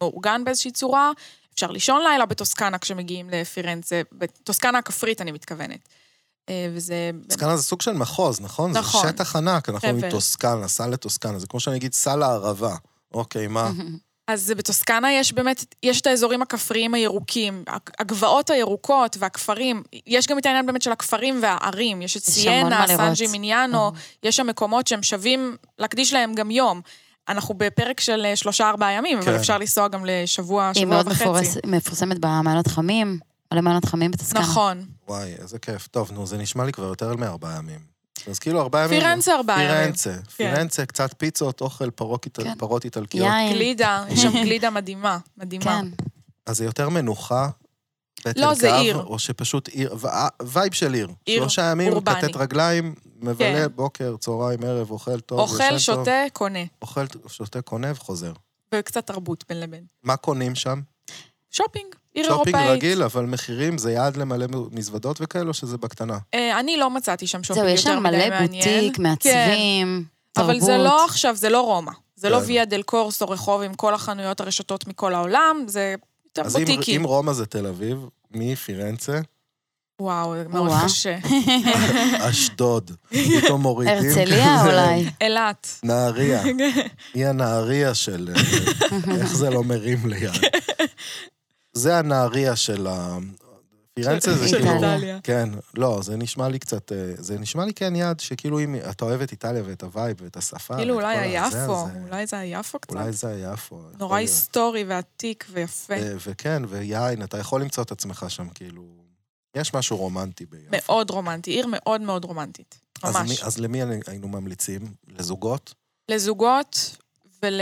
S2: מאורגן באיזושהי צורה, אפשר לישון לילה בטוסקנה כשמגיעים לפירנצה, בטוסקנה הכפרית אני מתכוונת. אה, וזה...
S1: טוסקנה זה סוג של מחוז, נכון?
S2: נכון.
S1: זה שטח ענק, אנחנו
S2: חבל.
S1: עם טוסקנה, סע לטוסקנה, זה כמו שאני אגיד, סע לערבה. אוקיי, מה?
S2: אז בטוסקנה יש באמת, יש את האזורים הכפריים הירוקים, הגבעות הירוקות והכפרים, יש גם את העניין באמת של הכפרים והערים, יש את
S3: יש המון
S2: סיינה,
S3: מה לראות. Mm-hmm.
S2: סן ג'ימיניאנו, יש שם מקומות שהם שווים להקדיש להם גם יום. אנחנו בפרק של אה, שלושה-ארבעה ימים, אבל
S1: כן.
S2: אפשר לנסוע גם לשבוע,
S3: היא
S2: שבוע
S3: מאוד
S2: וחצי.
S3: מפורס- מפורסמת במעיינות חמים, או למעיינות חמים בתסקנה.
S2: נכון.
S1: וואי, איזה כיף. טוב, נו, זה נשמע לי כבר יותר מארבעה ימים. אז כאילו ארבעה ימים...
S2: פירנצה כן. ארבעה ימים.
S1: פירנצה. פירנצה, קצת פיצות, אוכל, פרות איטל-
S3: כן.
S1: פרות איטלקיות.
S3: יין.
S2: גלידה, יש שם גלידה מדהימה, מדהימה.
S3: כן.
S1: אז זה יותר מנוחה? בטן
S2: לא, זה
S1: גב,
S2: עיר.
S1: או שפשוט עיר, ו- אה, וייב של עיר.
S2: עיר,
S1: שלושה ימים,
S2: אורבני.
S1: כתת רגליים, מבלה
S2: כן.
S1: בוקר, צהריים, ערב, אוכל טוב, ישן
S2: אוכל,
S1: טוב.
S2: שותה, קונה.
S1: אוכל, שותה, קונה וחוזר.
S2: וקצת תרבות בין לבין.
S1: מה קונים שם?
S2: שופינג, עיר אירופאית.
S1: שופינג רגיל, אבל מחירים זה יעד למלא מזוודות וכאלה, או שזה בקטנה?
S2: אה, אני לא מצאתי שם שופינג
S3: זהו, יש
S2: יותר
S3: שם
S2: מדי מעניין.
S3: מלא בוטיק,
S2: כן.
S3: מעצבים, תרבות.
S2: אבל זה לא עכשיו, זה לא רומא. זה לא
S1: כן.
S2: ויה דל קורסו רחוב עם כל החנויות הרשתות מכל העולם, זה יותר
S1: אז אם-
S2: בוטיקי.
S1: אם רומא זה תל אביב, מי פירנצה?
S2: וואו, זה מאוד
S3: או-אה.
S2: קשה.
S1: אשדוד. פתאום מורידים.
S3: הרצליה
S1: כזה.
S3: אולי.
S2: אילת.
S1: נהריה. היא הנהריה של... איך זה לא מרים ליד? זה הנהריה של ה... פירנצה זה
S3: של
S1: כאילו...
S2: איטליה.
S1: כן, לא, זה נשמע לי קצת... אה, זה נשמע לי כן יעד שכאילו אם אתה אוהב את איטליה ואת הווייב ואת השפה...
S2: כאילו
S1: ואת
S2: אולי
S1: כל הזה,
S2: היפו,
S1: אז, אה,
S2: אולי זה היפו קצת.
S1: אולי זה היפו. יכול
S2: נורא
S1: להיות.
S2: היסטורי ועתיק ויפה.
S1: אה, וכן, ויין, אתה יכול למצוא את עצמך שם, כאילו... יש משהו רומנטי ביפו.
S2: מאוד רומנטי, עיר מאוד מאוד רומנטית.
S1: אז
S2: ממש.
S1: מי- אז למי היינו ממליצים? לזוגות?
S2: לזוגות ול...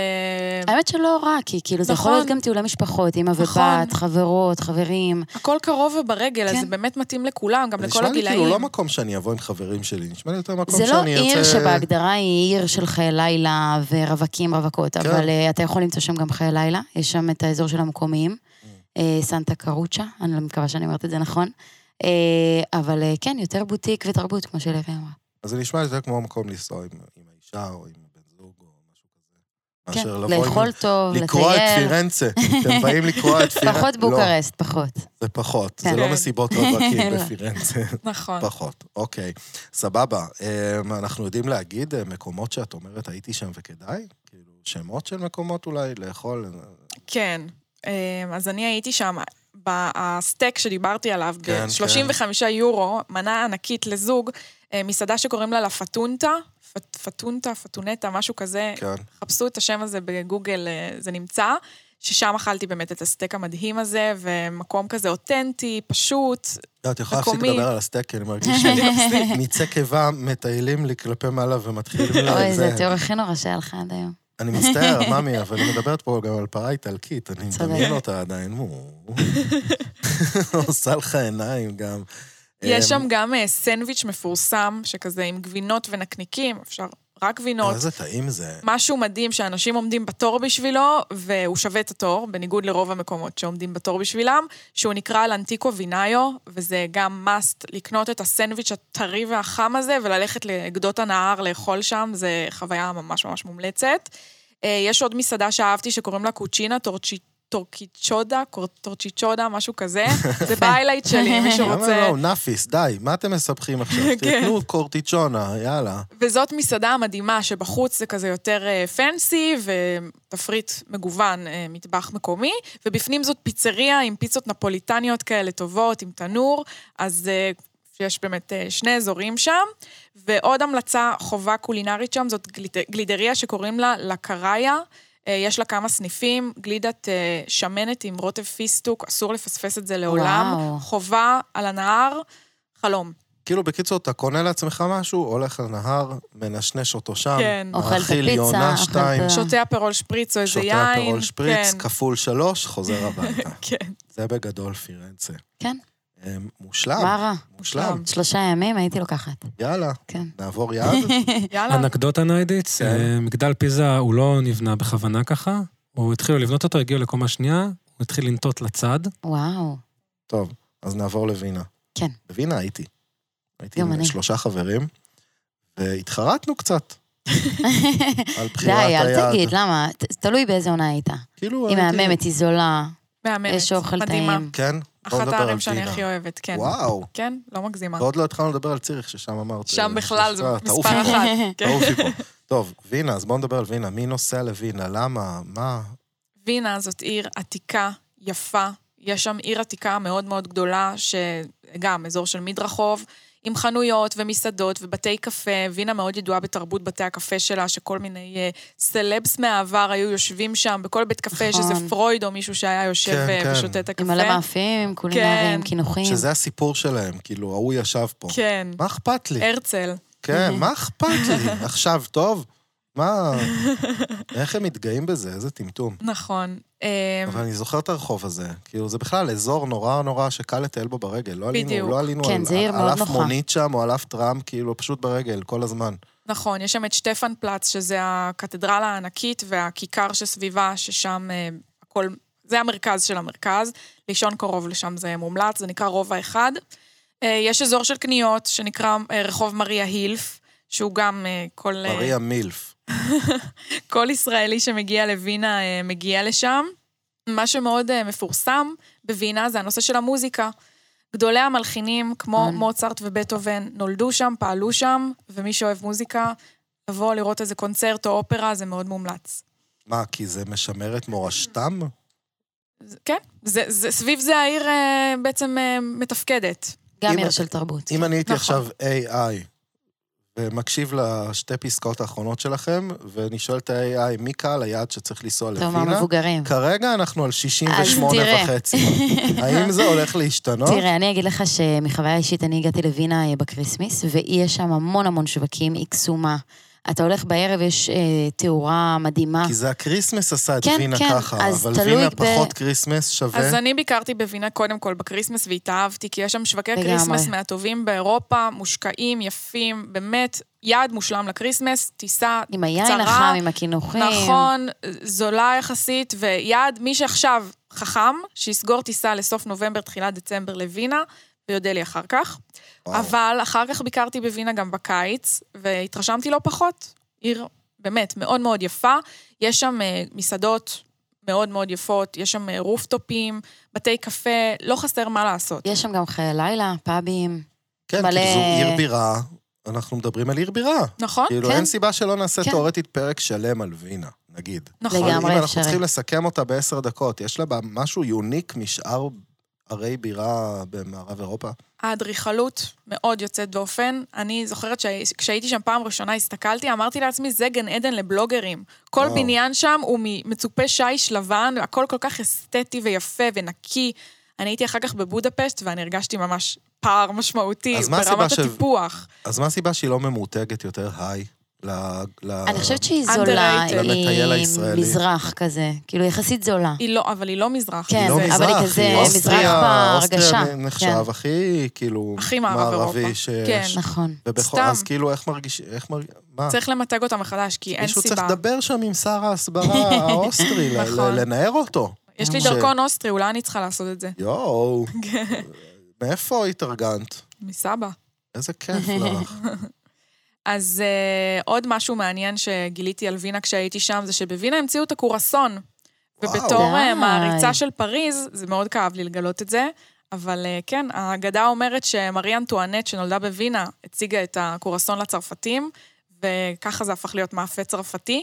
S3: האמת שלא רע, כי כאילו זה יכול
S2: נכון.
S3: להיות גם טיולי משפחות, אימא
S2: נכון.
S3: ובת, חברות, חברים.
S2: הכל קרוב וברגל, אז
S3: כן.
S2: זה באמת מתאים לכולם, גם לכל
S1: נשמע לי כאילו לא
S2: הגילאים.
S1: מקום שאני אבוא עם חברים שלי, נשמע לי יותר מקום
S3: זה
S1: שאני
S3: לא
S1: ארצה...
S3: עיר שבהגדרה היא עיר של חיי לילה ורווקים רווקות,
S1: כן.
S3: אבל אה, אתה יכול למצוא שם גם חיי לילה, יש שם את האזור של המקומיים,
S1: Mm.
S3: אה, סנטה קרוצ'ה, אני לא מקווה שאני אומרת את זה נכון, אה, אבל אה, כן, יותר בוטיק ותרבות, כמו שלוי אמרה.
S1: אז זה נשמע יותר כמו מקום לנסוע עם, עם האישה או עם בן זוג או משהו כזה.
S3: כן,
S1: מאשר לבוא
S3: לאכול טוב,
S1: עם... לקרוא את לא.
S3: לטייל,
S1: פירנצה. אתם באים לקרוא את פירנצה.
S3: פחות בוקרשט, פחות.
S1: לא, זה פחות.
S3: כן.
S1: זה לא מסיבות רווקים
S3: לא.
S1: בפירנצה.
S2: נכון.
S1: פחות. אוקיי, סבבה. אמ, אנחנו יודעים להגיד אה, מקומות שאת אומרת, הייתי שם וכדאי? כאילו, שמות של מקומות אולי, לאכול? אה,
S2: כן. אה, אז אני הייתי שם, ב- הסטייק שדיברתי עליו,
S1: כן,
S2: ב-35 יורו, מנה ענקית לזוג, אה, מסעדה שקוראים לה לה פטונטה, פט- פטונטה, פטונטה, משהו כזה.
S1: כן.
S2: חפשו את השם הזה בגוגל, אה, זה נמצא. ששם אכלתי באמת את הסטייק המדהים הזה, ומקום כזה אותנטי, פשוט.
S1: לא, את יכולה להפסיק
S2: מקומי.
S1: לדבר על הסטייק, כי אני מרגיש שאני מצא קיבה מטיילים לי כלפי מעלה ומתחילים...
S3: אוי,
S1: לזה.
S3: זה התיאור הכי נורא שהיה לך עד היום.
S1: אני מצטער, ממי, אבל היא מדברת פה גם על פרה איטלקית, אני
S3: צודק.
S1: מדמיין אותה עדיין, מו. עושה לך עיניים גם.
S2: יש
S1: אמ,
S2: שם גם אה, סנדוויץ' מפורסם, שכזה עם גבינות ונקניקים, אפשר רק
S3: לא
S2: גבינות.
S1: איזה טעים זה.
S2: משהו מדהים שאנשים עומדים בתור בשבילו, והוא שווה את התור, בניגוד לרוב המקומות שעומדים בתור בשבילם, שהוא נקרא לאנטיקו ויניו, וזה גם must לקנות את הסנדוויץ' הטרי והחם הזה, וללכת לגדות הנהר לאכול שם, זה חוויה ממש ממש מומלצת. אה, יש עוד מסעדה שאהבתי שקוראים לה קוצ'ינה טורצ'י... טורקיצ'ודה, קור- טורצ'יצ'ודה, משהו כזה. זה באיילייט שלי, אם מישהו
S1: למה
S2: רוצה.
S1: לא, נאפיס, די, מה אתם מספחים עכשיו?
S2: כן.
S1: תתנו קורטיצ'ונה, יאללה.
S2: וזאת מסעדה מדהימה, שבחוץ זה כזה יותר אה, פנסי ותפריט מגוון, אה, מטבח מקומי, ובפנים זאת פיצריה עם פיצות נפוליטניות כאלה טובות, עם תנור, אז אה, יש באמת אה, שני אזורים שם. ועוד המלצה חובה קולינרית שם, זאת גליד- גלידריה שקוראים לה לקראיה. אה, יש לה כמה סניפים, גלידת אה, שמנת עם רוטב פיסטוק, אסור לפספס את זה לעולם.
S3: וואו.
S2: חובה על הנהר, חלום.
S1: כאילו, בקיצור, אתה קונה לעצמך משהו, הולך לנהר, מנשנש אותו שם.
S2: כן.
S3: אוכל את
S1: מאכיל
S3: הפיצה,
S1: יונה
S3: אוכל את
S1: שתיים,
S3: ה-
S2: שותה אפרול שפריץ או איזה יין.
S1: שותה פרול שפריץ,
S2: כן,
S1: כפול שלוש, חוזר הביתה.
S2: כן.
S1: זה בגדול פירנצה.
S3: כן.
S1: אמ, מושלם.
S3: מה רע?
S1: מושלם.
S3: שלושה ימים הייתי לוקחת,
S1: יאללה,
S3: כן.
S1: נעבור יד.
S2: יאללה.
S6: אנקדוטה ניידיץ,
S1: כן.
S6: אה, מגדל פיזה הוא לא נבנה בכוונה ככה, הוא התחילו לבנות אותו, הגיעו לקומה שנייה, הוא התחיל לנטות לצד.
S3: וואו.
S1: טוב, אז נעבור לווינה.
S3: כן.
S1: בווינה הייתי. הייתי
S3: גם
S1: עם
S3: אני.
S1: שלושה חברים, והתחרטנו קצת על
S3: די,
S1: בחירת היד.
S3: אל תגיד, למה? ת- תלוי באיזה עונה הייתה.
S1: כאילו,
S3: היא
S1: הייתי-
S3: מהממת, היא זולה,
S2: מהממת.
S3: יש אוכל
S2: מדהימה.
S3: טעים.
S1: כן, בואו
S2: אחת
S1: נדבר על
S2: הערים שאני
S1: וינה.
S2: הכי אוהבת, כן.
S1: וואו.
S2: כן, לא מגזימה.
S1: ועוד לא התחלנו לדבר על ציריך, ששם אמרת...
S2: שם בכלל זה
S1: אה,
S2: מספר
S1: תעופי פה,
S2: אחת. כן.
S1: תעופי פה. טוב, וינה, אז בואו נדבר על וינה. מי נוסע לווינה? למה? מה?
S2: וינה זאת עיר עתיקה, יפה. יש שם עיר עתיקה מאוד מאוד גדולה, שגם אזור של מדרחוב, עם חנויות ומסעדות ובתי קפה. וינה מאוד ידועה בתרבות בתי הקפה שלה, שכל מיני אה, סלבס מהעבר היו יושבים שם, בכל בית קפה, יש איזה
S3: נכון.
S2: פרויד או מישהו שהיה יושב
S1: כן,
S2: אה,
S1: כן.
S2: ושותה את הקפה.
S3: עם מלא מאפים, קולינריים,
S2: כן.
S3: קינוחים.
S1: שזה הסיפור שלהם, כאילו, ההוא ישב פה.
S2: כן,
S1: מה אכפת לי?
S2: הרצל.
S1: כן, מה אכפת לי? עכשיו טוב? מה... איך הם מתגאים בזה? איזה טמטום.
S2: נכון. אמ,
S1: אבל אני זוכר את הרחוב הזה. כאילו, זה בכלל אזור נורא נורא שקל לטייל בו ברגל. לא עלינו,
S2: בדיוק.
S1: לא עלינו
S3: כן,
S1: על-
S3: זה עיר
S1: על
S3: מאוד
S1: אף
S3: נוחה.
S1: מונית שם או על אף טראם, כאילו, פשוט ברגל, כל הזמן.
S2: נכון, יש שם את שטפן פלץ, שזה הקתדרלה הענקית והכיכר שסביבה, ששם אה, הכל, זה המרכז של המרכז. לישון קרוב לשם זה מומלץ, זה נקרא רובע אחד. אה, יש אזור של קניות, שנקרא אה, רחוב מריה הילף, שהוא גם אה, כל... אה,
S1: מריה מילף.
S2: כל ישראלי שמגיע לווינה אה, מגיע לשם. מה שמאוד אה, מפורסם בווינה זה הנושא של המוזיקה. גדולי המלחינים, כמו
S3: Mm.
S2: מוצרט ובטהובן, נולדו שם, פעלו שם, ומי שאוהב מוזיקה, לבוא לראות איזה קונצרט או אופרה, זה מאוד מומלץ.
S1: מה, כי זה משמר את מורשתם?
S2: זה- כן, זה, זה, סביב זה העיר אה, בעצם אה, מתפקדת.
S3: גם
S1: אם-
S3: עיר של תרבות.
S1: אם אני הייתי
S2: נכון.
S1: עכשיו AI ומקשיב לשתי פסקאות האחרונות שלכם, ואני שואל את ה-AI, מי קהל היעד שצריך לנסוע
S3: טוב, מה
S1: לווינה?
S3: מבוגרים.
S1: כרגע אנחנו על 68
S3: אז תראה.
S1: וחצי. האם זה הולך להשתנות?
S3: תראה, אני אגיד לך שמחוויה אישית, אני הגעתי לווינה אה, בקריסמיס, ויש שם המון המון שווקים, היא קסומה. אתה הולך בערב, יש אה, תאורה מדהימה.
S1: כי זה הקריסמס עשה את
S3: כן,
S1: וינה
S3: כן,
S1: ככה,
S3: אז
S1: אבל
S3: תלוי
S1: וינה
S3: ב-
S1: פחות קריסמס שווה.
S2: אז אני ביקרתי בווינה קודם כל בקריסמס והתאהבתי, כי יש שם שווקי
S3: לגמרי.
S2: קריסמס מהטובים באירופה, מושקעים, יפים, באמת, יעד מושלם לקריסמס, טיסה
S3: עם היין
S2: קצרה,
S3: החם, עם הקינוחים.
S2: נכון, זולה יחסית, ויעד, מי שעכשיו חכם, שיסגור טיסה לסוף נובמבר, תחילת דצמבר לווינה, ויודה לי אחר כך.
S1: וואו.
S2: וואו. אבל אחר כך ביקרתי בווינה גם בקיץ, והתרשמתי לא פחות. עיר באמת מאוד מאוד יפה. יש שם אה, מסעדות מאוד מאוד יפות, יש שם אה, רופטופים, בתי קפה, לא חסר מה לעשות.
S3: יש שם גם חיי לילה, פאבים.
S1: כן,
S3: מלא-
S1: כאילו זו עיר בירה, אנחנו מדברים על עיר בירה.
S2: נכון?
S1: כאילו,
S3: אה, כן.
S1: אין סיבה שלא נעשה
S3: כן.
S1: תיאורטית פרק שלם על וינה, נגיד.
S2: נכון.
S1: אבל
S3: לגמרי
S1: אם אנחנו
S3: אפשרי.
S1: צריכים לסכם אותה בעשר דקות, יש לה בה משהו יוניק משאר ערי בירה במערב אירופה?
S2: האדריכלות מאוד יוצאת דופן. אני זוכרת שכשהייתי שם פעם ראשונה הסתכלתי, אמרתי לעצמי, זה גן עדן לבלוגרים. כל
S1: וואו.
S2: בניין שם הוא מצופה שיש לבן, הכל כל כך אסתטי ויפה ונקי. אני הייתי אחר כך בבודפשט, ואני הרגשתי ממש פער משמעותי
S1: אז מה
S2: ברמת
S1: הסיבה ש-
S2: הטיפוח.
S1: אז מה הסיבה שהיא לא ממותגת יותר היי? ל- ל-
S3: אני חושבת שהיא זולה,
S2: underrated.
S1: למטייל
S3: היא
S1: הישראלי.
S3: מזרח כזה, כאילו יחסית זולה.
S2: היא לא, אבל היא לא מזרח.
S3: כן,
S1: היא לא
S2: זה-
S1: מזרח,
S3: אבל היא כזה
S1: אוסטריה-
S3: מזרח בהרגשה,
S1: אוסטריה נחשב
S3: כן.
S1: הכי, כאילו,
S2: הכי מערב אירופה.
S1: מערבי שיש.
S2: כן.
S3: נכון.
S1: ובכל,
S2: סתם.
S1: אז כאילו, איך מרגישים, איך מרגישים, מה?
S2: צריך למתג אותה מחדש, כי אין
S1: מישהו
S2: סיבה.
S1: צריך לדבר שם עם שר ההסברה האוסטרי, ל- ל-
S2: נכון.
S1: לנער אותו.
S2: יש לי
S1: ש-
S2: דרכון אוסטרי, אולי אני צריכה לעשות את זה.
S1: יואו,
S2: כן.
S1: מאיפה התארגנת?
S2: מסבא.
S1: איזה כיף לך.
S2: אז uh, עוד משהו מעניין שגיליתי על וינה כשהייתי שם, זה שבווינה המציאו את הקורסון.
S1: וואו.
S2: ובתור
S3: די.
S2: uh, מעריצה של פריז, זה מאוד כאב לי לגלות את זה, אבל uh, כן, האגדה אומרת שמרי אנטואנט, שנולדה בווינה, הציגה את הקורסון לצרפתים, וככה זה הפך להיות מאפה צרפתי.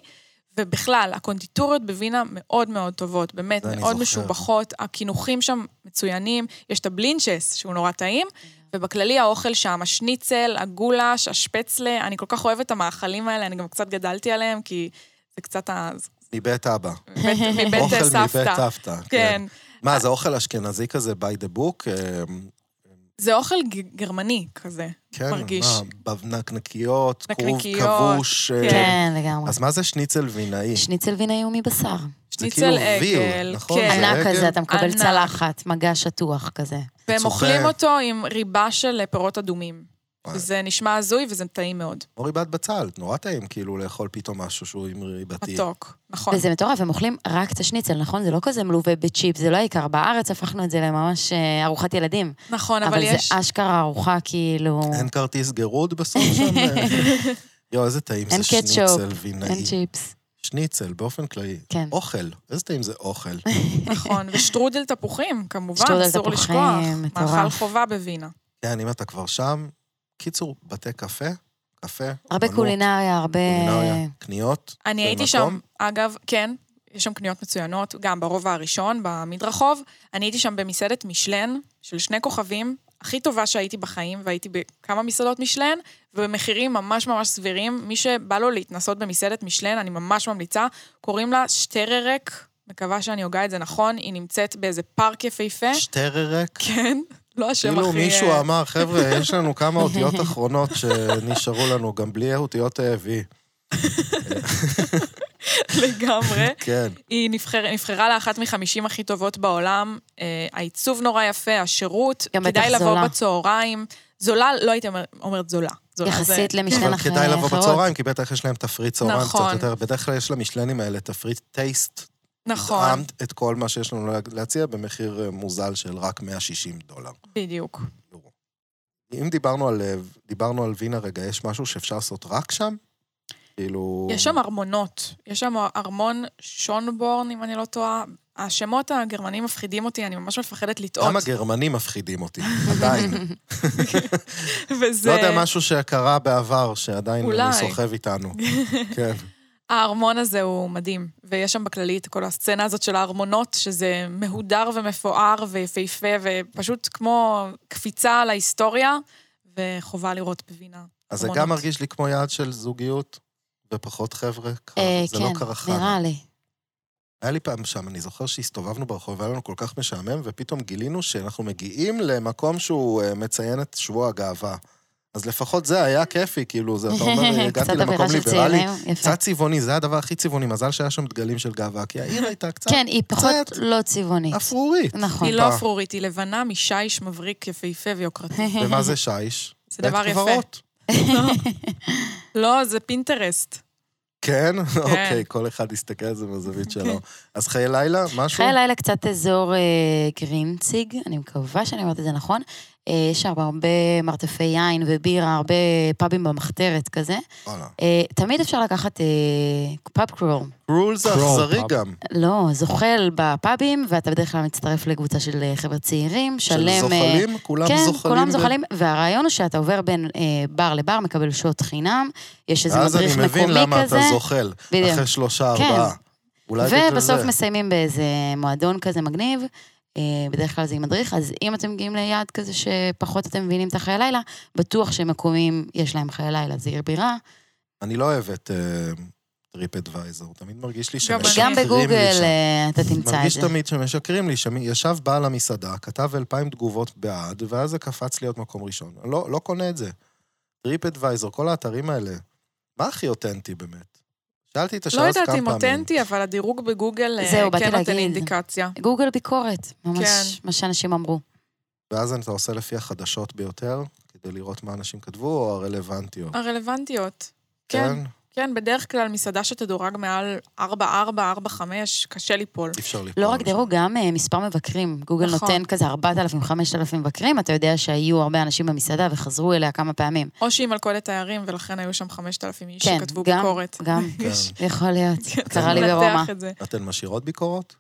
S2: ובכלל, הקונדיטוריות בווינה מאוד מאוד טובות, באמת,
S1: זה אני
S2: מאוד
S1: זוכר.
S2: משובחות, הקינוחים שם מצוינים, יש את הבלינצ'ס, שהוא נורא טעים, ובכללי האוכל שם, השניצל, הגולש, השפצלה, אני כל כך אוהבת את המאכלים האלה, אני גם קצת גדלתי עליהם, כי זה קצת ה... זה
S1: מבית אבא.
S2: מבית- מבית
S1: אוכל מבית
S2: סבתא.
S1: סבתא.
S2: כן.
S1: מה, זה אוכל אשכנזי כזה by the book? אה,
S2: זה אוכל ג- גרמני כזה,
S1: כן,
S2: מרגיש.
S1: מה, נקנקיות, כרוב
S2: נקניקיות,
S1: כבוש. אה,
S3: כן, לגמרי.
S1: אז מה זה שניצל וינאי?
S3: שניצל וינאי הוא מבשר.
S2: שניצל
S1: כאילו ויל,
S2: עגל,
S1: נכון?
S2: כן.
S1: זה
S3: ענק
S1: עגל.
S3: כזה, אתה מקבל
S2: ענק.
S3: צלחת, מגע שטוח כזה.
S2: והם
S1: צופה.
S2: אוכלים אותו עם ריבה של פירות אדומים.
S1: וואי.
S2: זה נשמע הזוי וזה טעים מאוד.
S1: או ריבת בצל, נורא טעים כאילו לאכול פתאום משהו שהוא עם ריבתי.
S2: מתוק, נכון.
S3: וזה מטורף, הם אוכלים רק את השניצל, נכון? זה לא כזה מלווה בצ'יפ, זה לא העיקר. בארץ הפכנו את זה לממש אה, ארוחת ילדים.
S2: נכון, אבל
S3: אבל זה
S2: יש...
S3: אשכרה ארוחה, כאילו...
S1: אין כרטיס גירוד בסוף שם? יואו, איזה טעים
S3: אין
S1: זה
S3: קטשופ,
S1: שניצל
S3: אין
S1: וינאי.
S3: צ'יפס.
S1: שניצל, באופן כללי.
S3: כן.
S1: אוכל, איזה טעים זה אוכל.
S2: נכון, ושטרודל תפוחים, כמובן,
S3: שטרודל
S2: אסור
S3: תפוחים,
S2: לשכוח.
S3: מטורף.
S2: מאכל חובה בווינה.
S1: כן, אם אתה כבר שם, קיצור, בתי קפה, קפה,
S3: הרבה
S1: אמנות,
S3: קולינריה, הרבה...
S1: קולינריה, קניות.
S2: אני הייתי
S1: במקום?
S2: שם, אגב, כן, יש שם קניות מצוינות, גם ברובע הראשון, במדרחוב. אני הייתי שם במסעדת משלן, של שני כוכבים, הכי טובה שהייתי בחיים, והייתי בכמה מסעדות משלן, ובמחירים ממש ממש סבירים. מי שבא לו להתנסות במסעדת משלן, אני ממש ממליצה, קוראים לה שטררק, מקווה שאני הוגה את זה נכון, היא נמצאת באיזה פארק יפהפה.
S1: שטררק.
S2: כן, לא השם הכי...
S1: כאילו מישהו
S2: אה,
S1: אמר, חבר'ה, יש לנו כמה אותיות אחרונות שנשארו לנו, גם בלי אותיות אה, ה-V.
S2: לגמרי.
S1: כן.
S2: היא נבחר, נבחרה לאחת מחמישים הכי טובות בעולם. אה, העיצוב נורא יפה, השירות.
S3: גם בטח
S2: כדאי לבוא
S3: זולה.
S2: בצהריים. זולה, לא הייתי אומר, אומרת זולה. זולה
S3: יחסית למשלן
S1: אבל
S3: אחרי
S1: כדאי לבוא
S3: אחרות.
S1: בצהריים, כי בטח יש להם תפריט צהריים קצת
S2: נכון.
S1: יותר. בדרך כלל יש למשלנים האלה תפריט טייסט.
S2: זה, נכון,
S1: טעמת את כל מה שיש לנו לה- להציע במחיר אה, מוזל של רק 160 דולר.
S2: בדיוק.
S1: אם דיברנו על, אה, דיברנו על וינה רגע, יש משהו שאפשר לעשות רק שם? כאילו...
S2: יש שם ארמונות. יש שם ארמון שונבורן, אם אני לא טועה. השמות הגרמנים מפחידים אותי, אני ממש מפחדת לטעות.
S1: גם הגרמנים מפחידים אותי, עדיין.
S2: וזה...
S1: לא יודע, משהו שקרה בעבר, שעדיין
S2: אולי.
S1: הוא סוחב איתנו. כן.
S2: הארמון הזה הוא מדהים, ויש שם בכללי את כל הסצנה הזאת של הארמונות, שזה מהודר ומפואר ויפהפה, ופשוט כמו קפיצה על ההיסטוריה, וחובה לראות בווינה.
S1: אז זה
S2: ארמונות.
S1: גם מרגיש לי כמו יעד של זוגיות, ופחות חבר'ה, כ-
S3: אה,
S1: זה לא
S3: כן,
S1: קרחן.
S3: נראה לי.
S1: היה לי פעם שם, אני זוכר שהסתובבנו ברחוב, היה לנו כל כך משעמם, ופתאום גילינו שאנחנו מגיעים למקום שהוא אה, מציין את שבוע הגאווה. אז לפחות זה היה כיפי, כאילו, זה, אתה אומר, הגעתי
S3: קצת
S1: למקום
S3: אווירה של
S1: ליברלי,
S3: צעירים, יפה.
S1: קצת צבעוני, זה הדבר הכי צבעוני, מזל שהיה שם דגלים של גאווה, כי העיר הייתה קצת
S3: כן, היא פחות
S1: קצת.
S3: לא צבעונית.
S1: אפרורית. אה,
S3: נכון.
S2: היא לא אפרורית, היא לבנה משיש מבריק, יפהפה ויוקרתי.
S1: ומה זה שיש?
S2: זה דבר
S1: בית
S2: יפה.
S1: קברות.
S2: לא, זה פינטרסט.
S1: כן? אוקיי, כל אחד יסתכל על זה מהזווית שלו. אז חיי לילה, משהו?
S3: אחרי לילה קצת אזור אה, גרינציג, אני מקווה שאני אומרת את זה נכון. אה, יש שם הרבה מרתפי יין ובירה, הרבה פאבים במחתרת כזה.
S1: וואלה.
S3: אה, תמיד אפשר לקחת אה, פאב קרול.
S1: רול זה
S6: קרול,
S1: אכזרי
S6: פאב.
S1: גם.
S3: לא, זוכל בפאבים, ואתה בדרך כלל מצטרף לקבוצה של אה, חבר'ה צעירים, שלם...
S1: של
S3: אה,
S1: זוחלים? כולם
S3: כן,
S1: זוחלים.
S3: כולם
S1: ב-
S3: זוחלים, והרעיון הוא שאתה עובר בין אה, בר לבר, מקבל שוט חינם, יש איזה
S1: אז
S3: מדריך
S1: אני
S3: מקומי כזה.
S1: מבין למה אתה זוחל.
S3: בדיוק.
S1: אחרי שלושה,
S3: כן.
S1: ארבעה. אולי בגלל זה.
S3: ובסוף מסיימים באיזה מועדון כזה מגניב, אה, בדרך כלל זה עם מדריך, אז אם אתם מגיעים ליעד כזה שפחות אתם מבינים את החיי לילה, בטוח שמקומים, יש להם חיי לילה, זה עיר בירה.
S1: אני לא אוהב את טריפ אדוויזור. תמיד מרגיש לי
S2: גם אני.
S1: שמשקרים
S3: גם
S1: לי שם.
S3: בגוגל אה, אתה תמצא את
S1: מרגיש
S3: זה.
S1: תמיד שמשקרים לי, שישב בעל המסעדה, כתב אלפיים תגובות בעד, ואז זה קפץ להיות מקום ראשון. לא, לא קונה את זה. טריפ אדוויזור, כל האתרים האלה. מה הכי אותנטי באמת? שאלתי את
S2: לא
S1: השאלה הזאת כמה
S2: יודעת
S1: פעמים.
S2: אם אותנטי, אבל הדירוג בגוגל אה,
S3: זהו, באתי
S2: כן נותן
S3: להגיד.
S2: אינדיקציה.
S3: גוגל ביקורת, ממש
S2: כן.
S3: מה שאנשים אמרו.
S1: ואז אתה עושה לפי החדשות ביותר, כדי לראות מה אנשים כתבו, או הרלוונטיות.
S2: הרלוונטיות. כן, כן, בדרך כלל מסעדה שתדורג מעל 4, 4, 4, 5, קשה ליפול.
S1: אי אפשר ליפול.
S3: לא רק
S1: שם.
S3: דירוג, גם אה, מספר מבקרים. גוגל
S2: נכון.
S3: נותן כזה 4,000, 5,000 מבקרים, אתה יודע שהיו הרבה אנשים במסעדה וחזרו אליה כמה פעמים.
S2: או שהיא מלכודת תיירים, ולכן היו שם 5,000 איש
S3: כן,
S2: שכתבו
S3: גם-
S2: ביקורת.
S3: גם,
S1: כן.
S3: יכול להיות,
S2: כן,
S3: קרה לי
S2: צריך לנתח
S3: ברומא.
S2: את זה.
S1: אתן משאירות ביקורות?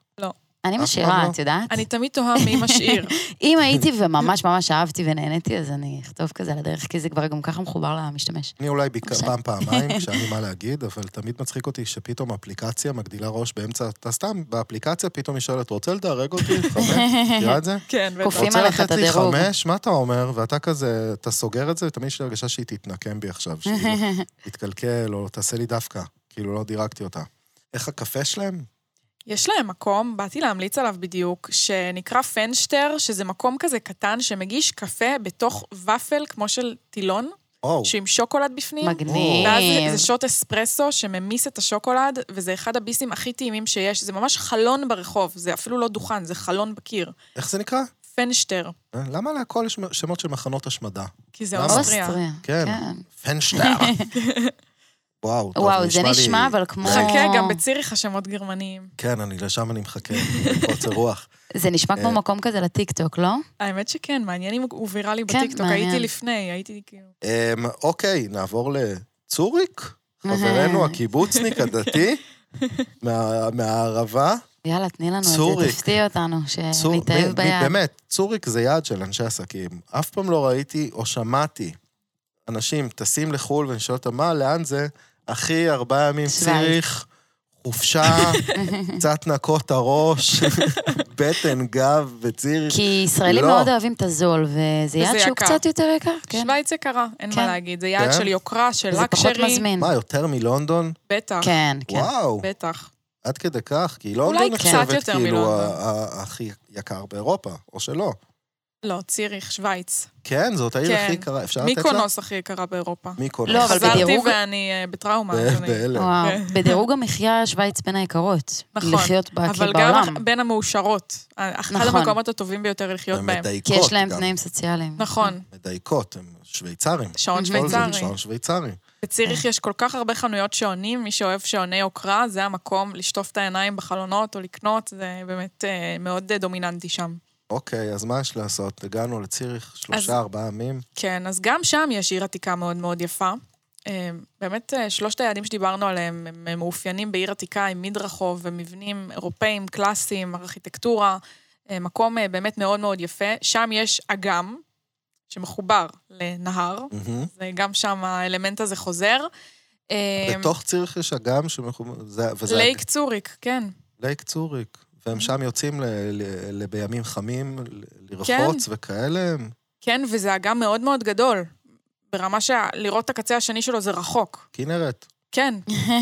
S3: אני
S1: אף
S3: משאירה,
S1: פעם לא.
S3: את יודעת?
S2: אני תמיד תוהה מי משאיר.
S3: אם הייתי וממש ממש אהבתי ונהניתי, אז אני אכתוב כזה על הדרך, כי זה כבר גם ככה מחובר למשתמש.
S1: אני אולי ביק...
S3: עכשיו.
S1: פעם, פעמיים, כשאין לי מה להגיד, אבל תמיד מצחיק אותי שפתאום אפליקציה מגדילה ראש באמצע, אתה סתם, באפליקציה פתאום היא שואלת, רוצה לדרג אותי? חמש? מכירה את זה?
S2: כן, בטח.
S3: קופים
S1: רוצה
S3: עליך את
S1: לתת לי
S3: הדירוג.
S1: חמש? מה אתה אומר? ואתה כזה, אתה סוגר את זה, ותמיד יש לי הרגשה שהיא תתנקם בי עכשיו, שהיא לא תתקלקל, או תעשה לי דווקא, כאילו לא דירקתי אותה. איך הקפה שלהם?
S2: יש להם מקום, באתי להמליץ עליו בדיוק, שנקרא פנשטר, שזה מקום כזה קטן שמגיש קפה בתוך ופל כמו של טילון,
S1: או,
S2: שעם שוקולד בפנים. ואז זה-
S3: מגניב.
S2: זה שוט אספרסו שממיס את השוקולד, וזה אחד הביסים הכי טעימים שיש. זה ממש חלון ברחוב, זה אפילו לא דוכן, זה חלון בקיר.
S1: איך זה נקרא?
S2: פנשטר,
S1: אה, למה להכל יש שמות של מחנות השמדה?
S2: כי זה
S1: למה?
S2: אוסטריה.
S3: אוסטריה.
S1: כן.
S3: כן.
S1: פנשטר. וואו, טוב,
S3: וואו, זה נשמע
S1: לי...
S3: אבל כמו...
S2: חכה, גם בציריך השמות גרמניים.
S1: כן, אני, לשם אני מחכה, קוצר רוח.
S3: זה נשמע כמו
S1: אה.
S3: מקום כזה לטיקטוק, לא?
S2: האמת שכן, מעניין אם הוא ויראלי
S3: כן,
S2: בטיקטוק. הייתי
S3: מעניין.
S2: לפני, הייתי כאילו...
S1: אמ, אוקיי, נעבור לצוריק, חברנו הקיבוצניק הדתי, מה- מהערבה.
S3: יאללה, תני לנו את
S1: צוריק.
S3: זה, תפתיע אותנו,
S1: צור- מ-
S3: שנתאהב
S1: מ-
S3: ביד.
S1: באמת, צוריק זה יעד של אנשי עסקים. אף פעם לא ראיתי או שמעתי אנשים טסים לחו"ל ואני שואל אותם, מה, לאן זה? אחי, ארבעה ימים
S3: שווייץ.
S1: צריך, חופשה, קצת נקות את הראש, בטן, גב וצריך.
S3: כי ישראלים
S1: לא.
S3: מאוד אוהבים את הזול, וזה יעד שהוא
S2: יקר.
S3: קצת יותר יקר, כן.
S2: שווייץ יקרה, אין
S3: כן.
S2: מה להגיד. זה יעד
S1: כן?
S2: של יוקרה, של
S3: זה פחות
S2: לקשרי.
S3: מזמין.
S1: מה, יותר מלונדון?
S2: בטח,
S3: כן, כן.
S1: וואו,
S2: בטח.
S1: עד כדי כך? כי
S2: אולי
S1: לונדון
S2: קצת
S1: נחשבת
S2: יותר
S1: כאילו
S2: מלונדון.
S1: ה- ה- הכי יקר באירופה, או שלא.
S2: לא, ציריך, שווייץ.
S1: כן, זאת העיר
S2: כן.
S1: הכי יקרה, אפשר לתת לה?
S2: מיקונוס הכי יקרה באירופה.
S1: מיקונוס.
S3: לא, אבל
S2: חזרתי
S3: בדירוג-
S2: ואני אה, בטראומה,
S1: ב-
S2: אדוני.
S1: בהלם.
S3: וואו.
S2: כן.
S3: בדירוג המחיה, שווייץ בין היקרות.
S2: נכון.
S3: לחיות בה,
S2: אבל
S3: כאילו,
S2: גם
S3: בעולם.
S2: אח- בין המאושרות. אה, אחד
S3: נכון.
S2: המקומות הטובים ביותר לחיות
S1: הן
S2: בהם.
S1: מדייקות
S3: כי יש להם
S1: גם.
S3: תנאים סוציאליים.
S2: נכון,
S1: מדייקות, הם שוויצרים.
S3: נכון.
S2: שעון
S1: בכל זאת,
S2: שוויצרי.
S1: אה, שעון שוויצרי.
S2: בציריך
S3: אה.
S2: יש כל כך הרבה חנויות שעונים, מי שאוהב שעוני יוקרה, זה המקום לשטוף את העיניים בחלונות או לקנות, זה באמת אה, מאוד אה, דומיננטי שם.
S1: אוקיי, אז מה יש לעשות? הגענו לציריך
S2: אז-
S1: שלושה, ארבעה ימים.
S2: כן, אז גם שם יש עיר עתיקה מאוד מאוד יפה. אה, באמת, אה, שלושת היעדים שדיברנו עליהם, הם אה, מאופיינים בעיר עתיקה עם מדרחוב ומבנים אירופאיים, קלאסיים, ארכיטקטורה, אה, מקום אה, באמת מאוד מאוד יפה. שם יש אגם שמחובר לנהר,
S1: מהמם.
S2: אז אה, גם שם האלמנט הזה חוזר. אה,
S1: בתוך ציריך יש אגם שמחובר... זה- וזה-
S2: לייק Mm-hmm. צוריק, כן.
S1: לייק צוריק. והם שם יוצאים ל- ל- ל- בימים חמים ל-
S2: כן.
S1: לרחוץ וכאלה.
S2: כן, וזה אגם מאוד מאוד גדול, ברמה שלראות את הקצה השני שלו זה רחוק.
S1: כנרת.
S2: כן,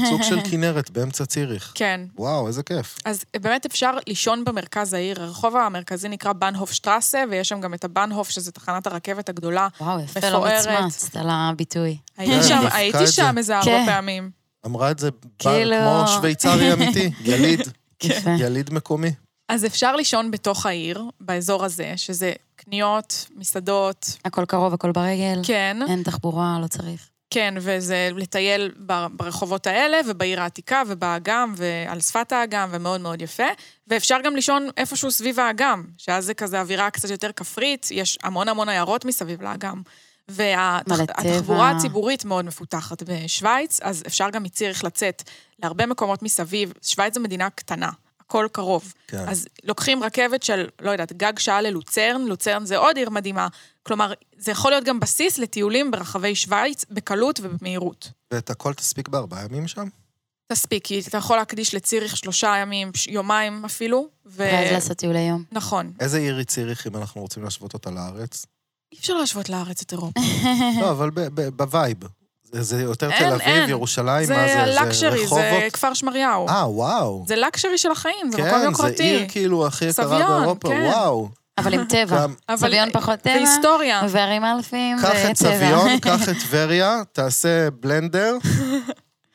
S1: סוג של כנרת באמצע ציריך.
S2: כן.
S1: וואו, איזה כיף.
S2: אז באמת אפשר לישון במרכז העיר. הרחוב המרכזי נקרא בנהוף שטרסה, ויש שם גם את הבנהוף, שזה תחנת הרכבת הגדולה.
S3: וואו, יפה, לא
S2: מפוארת.
S3: מצמצת על הביטוי.
S1: כן,
S2: הייתי שם,
S1: דפקה
S2: הייתי
S1: את זה.
S2: שם איזה ארבע
S3: כן.
S2: פעמים.
S1: אמרה את זה ב-
S3: כאילו-
S1: כמו שוויצרי אמיתי, יליד,
S2: כן.
S3: יפה.
S1: יליד מקומי.
S2: אז אפשר לישון בתוך העיר, באזור הזה, שזה קניות, מסעדות,
S3: הכל קרוב, הכל ברגל.
S2: כן,
S3: אין תחבורה, לא צריך.
S2: כן, וזה לטייל בר- ברחובות האלה, ובעיר העתיקה, ובאגם, ועל שפת האגם, ומאוד מאוד יפה. ואפשר גם לישון איפשהו סביב האגם, שאז זה כזה אווירה קצת יותר כפרית, יש המון המון עיירות מסביב לאגם.
S3: מלא טבע.
S2: והתחבורה הציבורית מאוד מפותחת בשוויץ, אז אפשר גם מציריך לצאת להרבה מקומות מסביב. שוויץ זו מדינה קטנה, הכל קרוב.
S1: כן.
S2: אז לוקחים רכבת של, לא יודעת, גג שעה ללוצרן, לוצרן זה עוד עיר מדהימה. כלומר, זה יכול להיות גם בסיס לטיולים ברחבי שוויץ בקלות ובמהירות.
S1: ואת הכל תספיק בארבעה ימים שם?
S2: תספיק, כי אתה יכול להקדיש לציריך שלושה ימים, ש- יומיים אפילו, ו...
S3: ואז לעשות טיולי יום.
S2: נכון.
S1: איזה עיר היא ציריך אם אנחנו רוצים להשוות אותה לארץ?
S2: אי אפשר להשוות לארץ את אירופה.
S1: לא, אבל ב- ב- בווייב. זה זה יותר
S2: אין,
S1: תל אביב,
S2: אין.
S1: ירושלים, מה
S2: זה
S1: זה?
S2: לקשרי, זה
S1: רחובות?
S2: כפר שמריהו.
S1: אה, וואו.
S2: זה לקשרי של החיים, זה מקום
S1: כן, זה
S2: יוקרתי.
S1: עיר כאילו הכי יקרה
S2: סביון,
S1: באירופה,
S2: כן.
S1: וואו.
S3: אבל עם טבע.
S1: גם-
S2: אבל
S3: צביון פחות
S2: זה
S3: טבע,
S2: היסטוריה.
S3: וערים אלפים,
S1: קח את
S3: וטבע.
S1: סביון, קח את טבריה, תעשה בלנדר,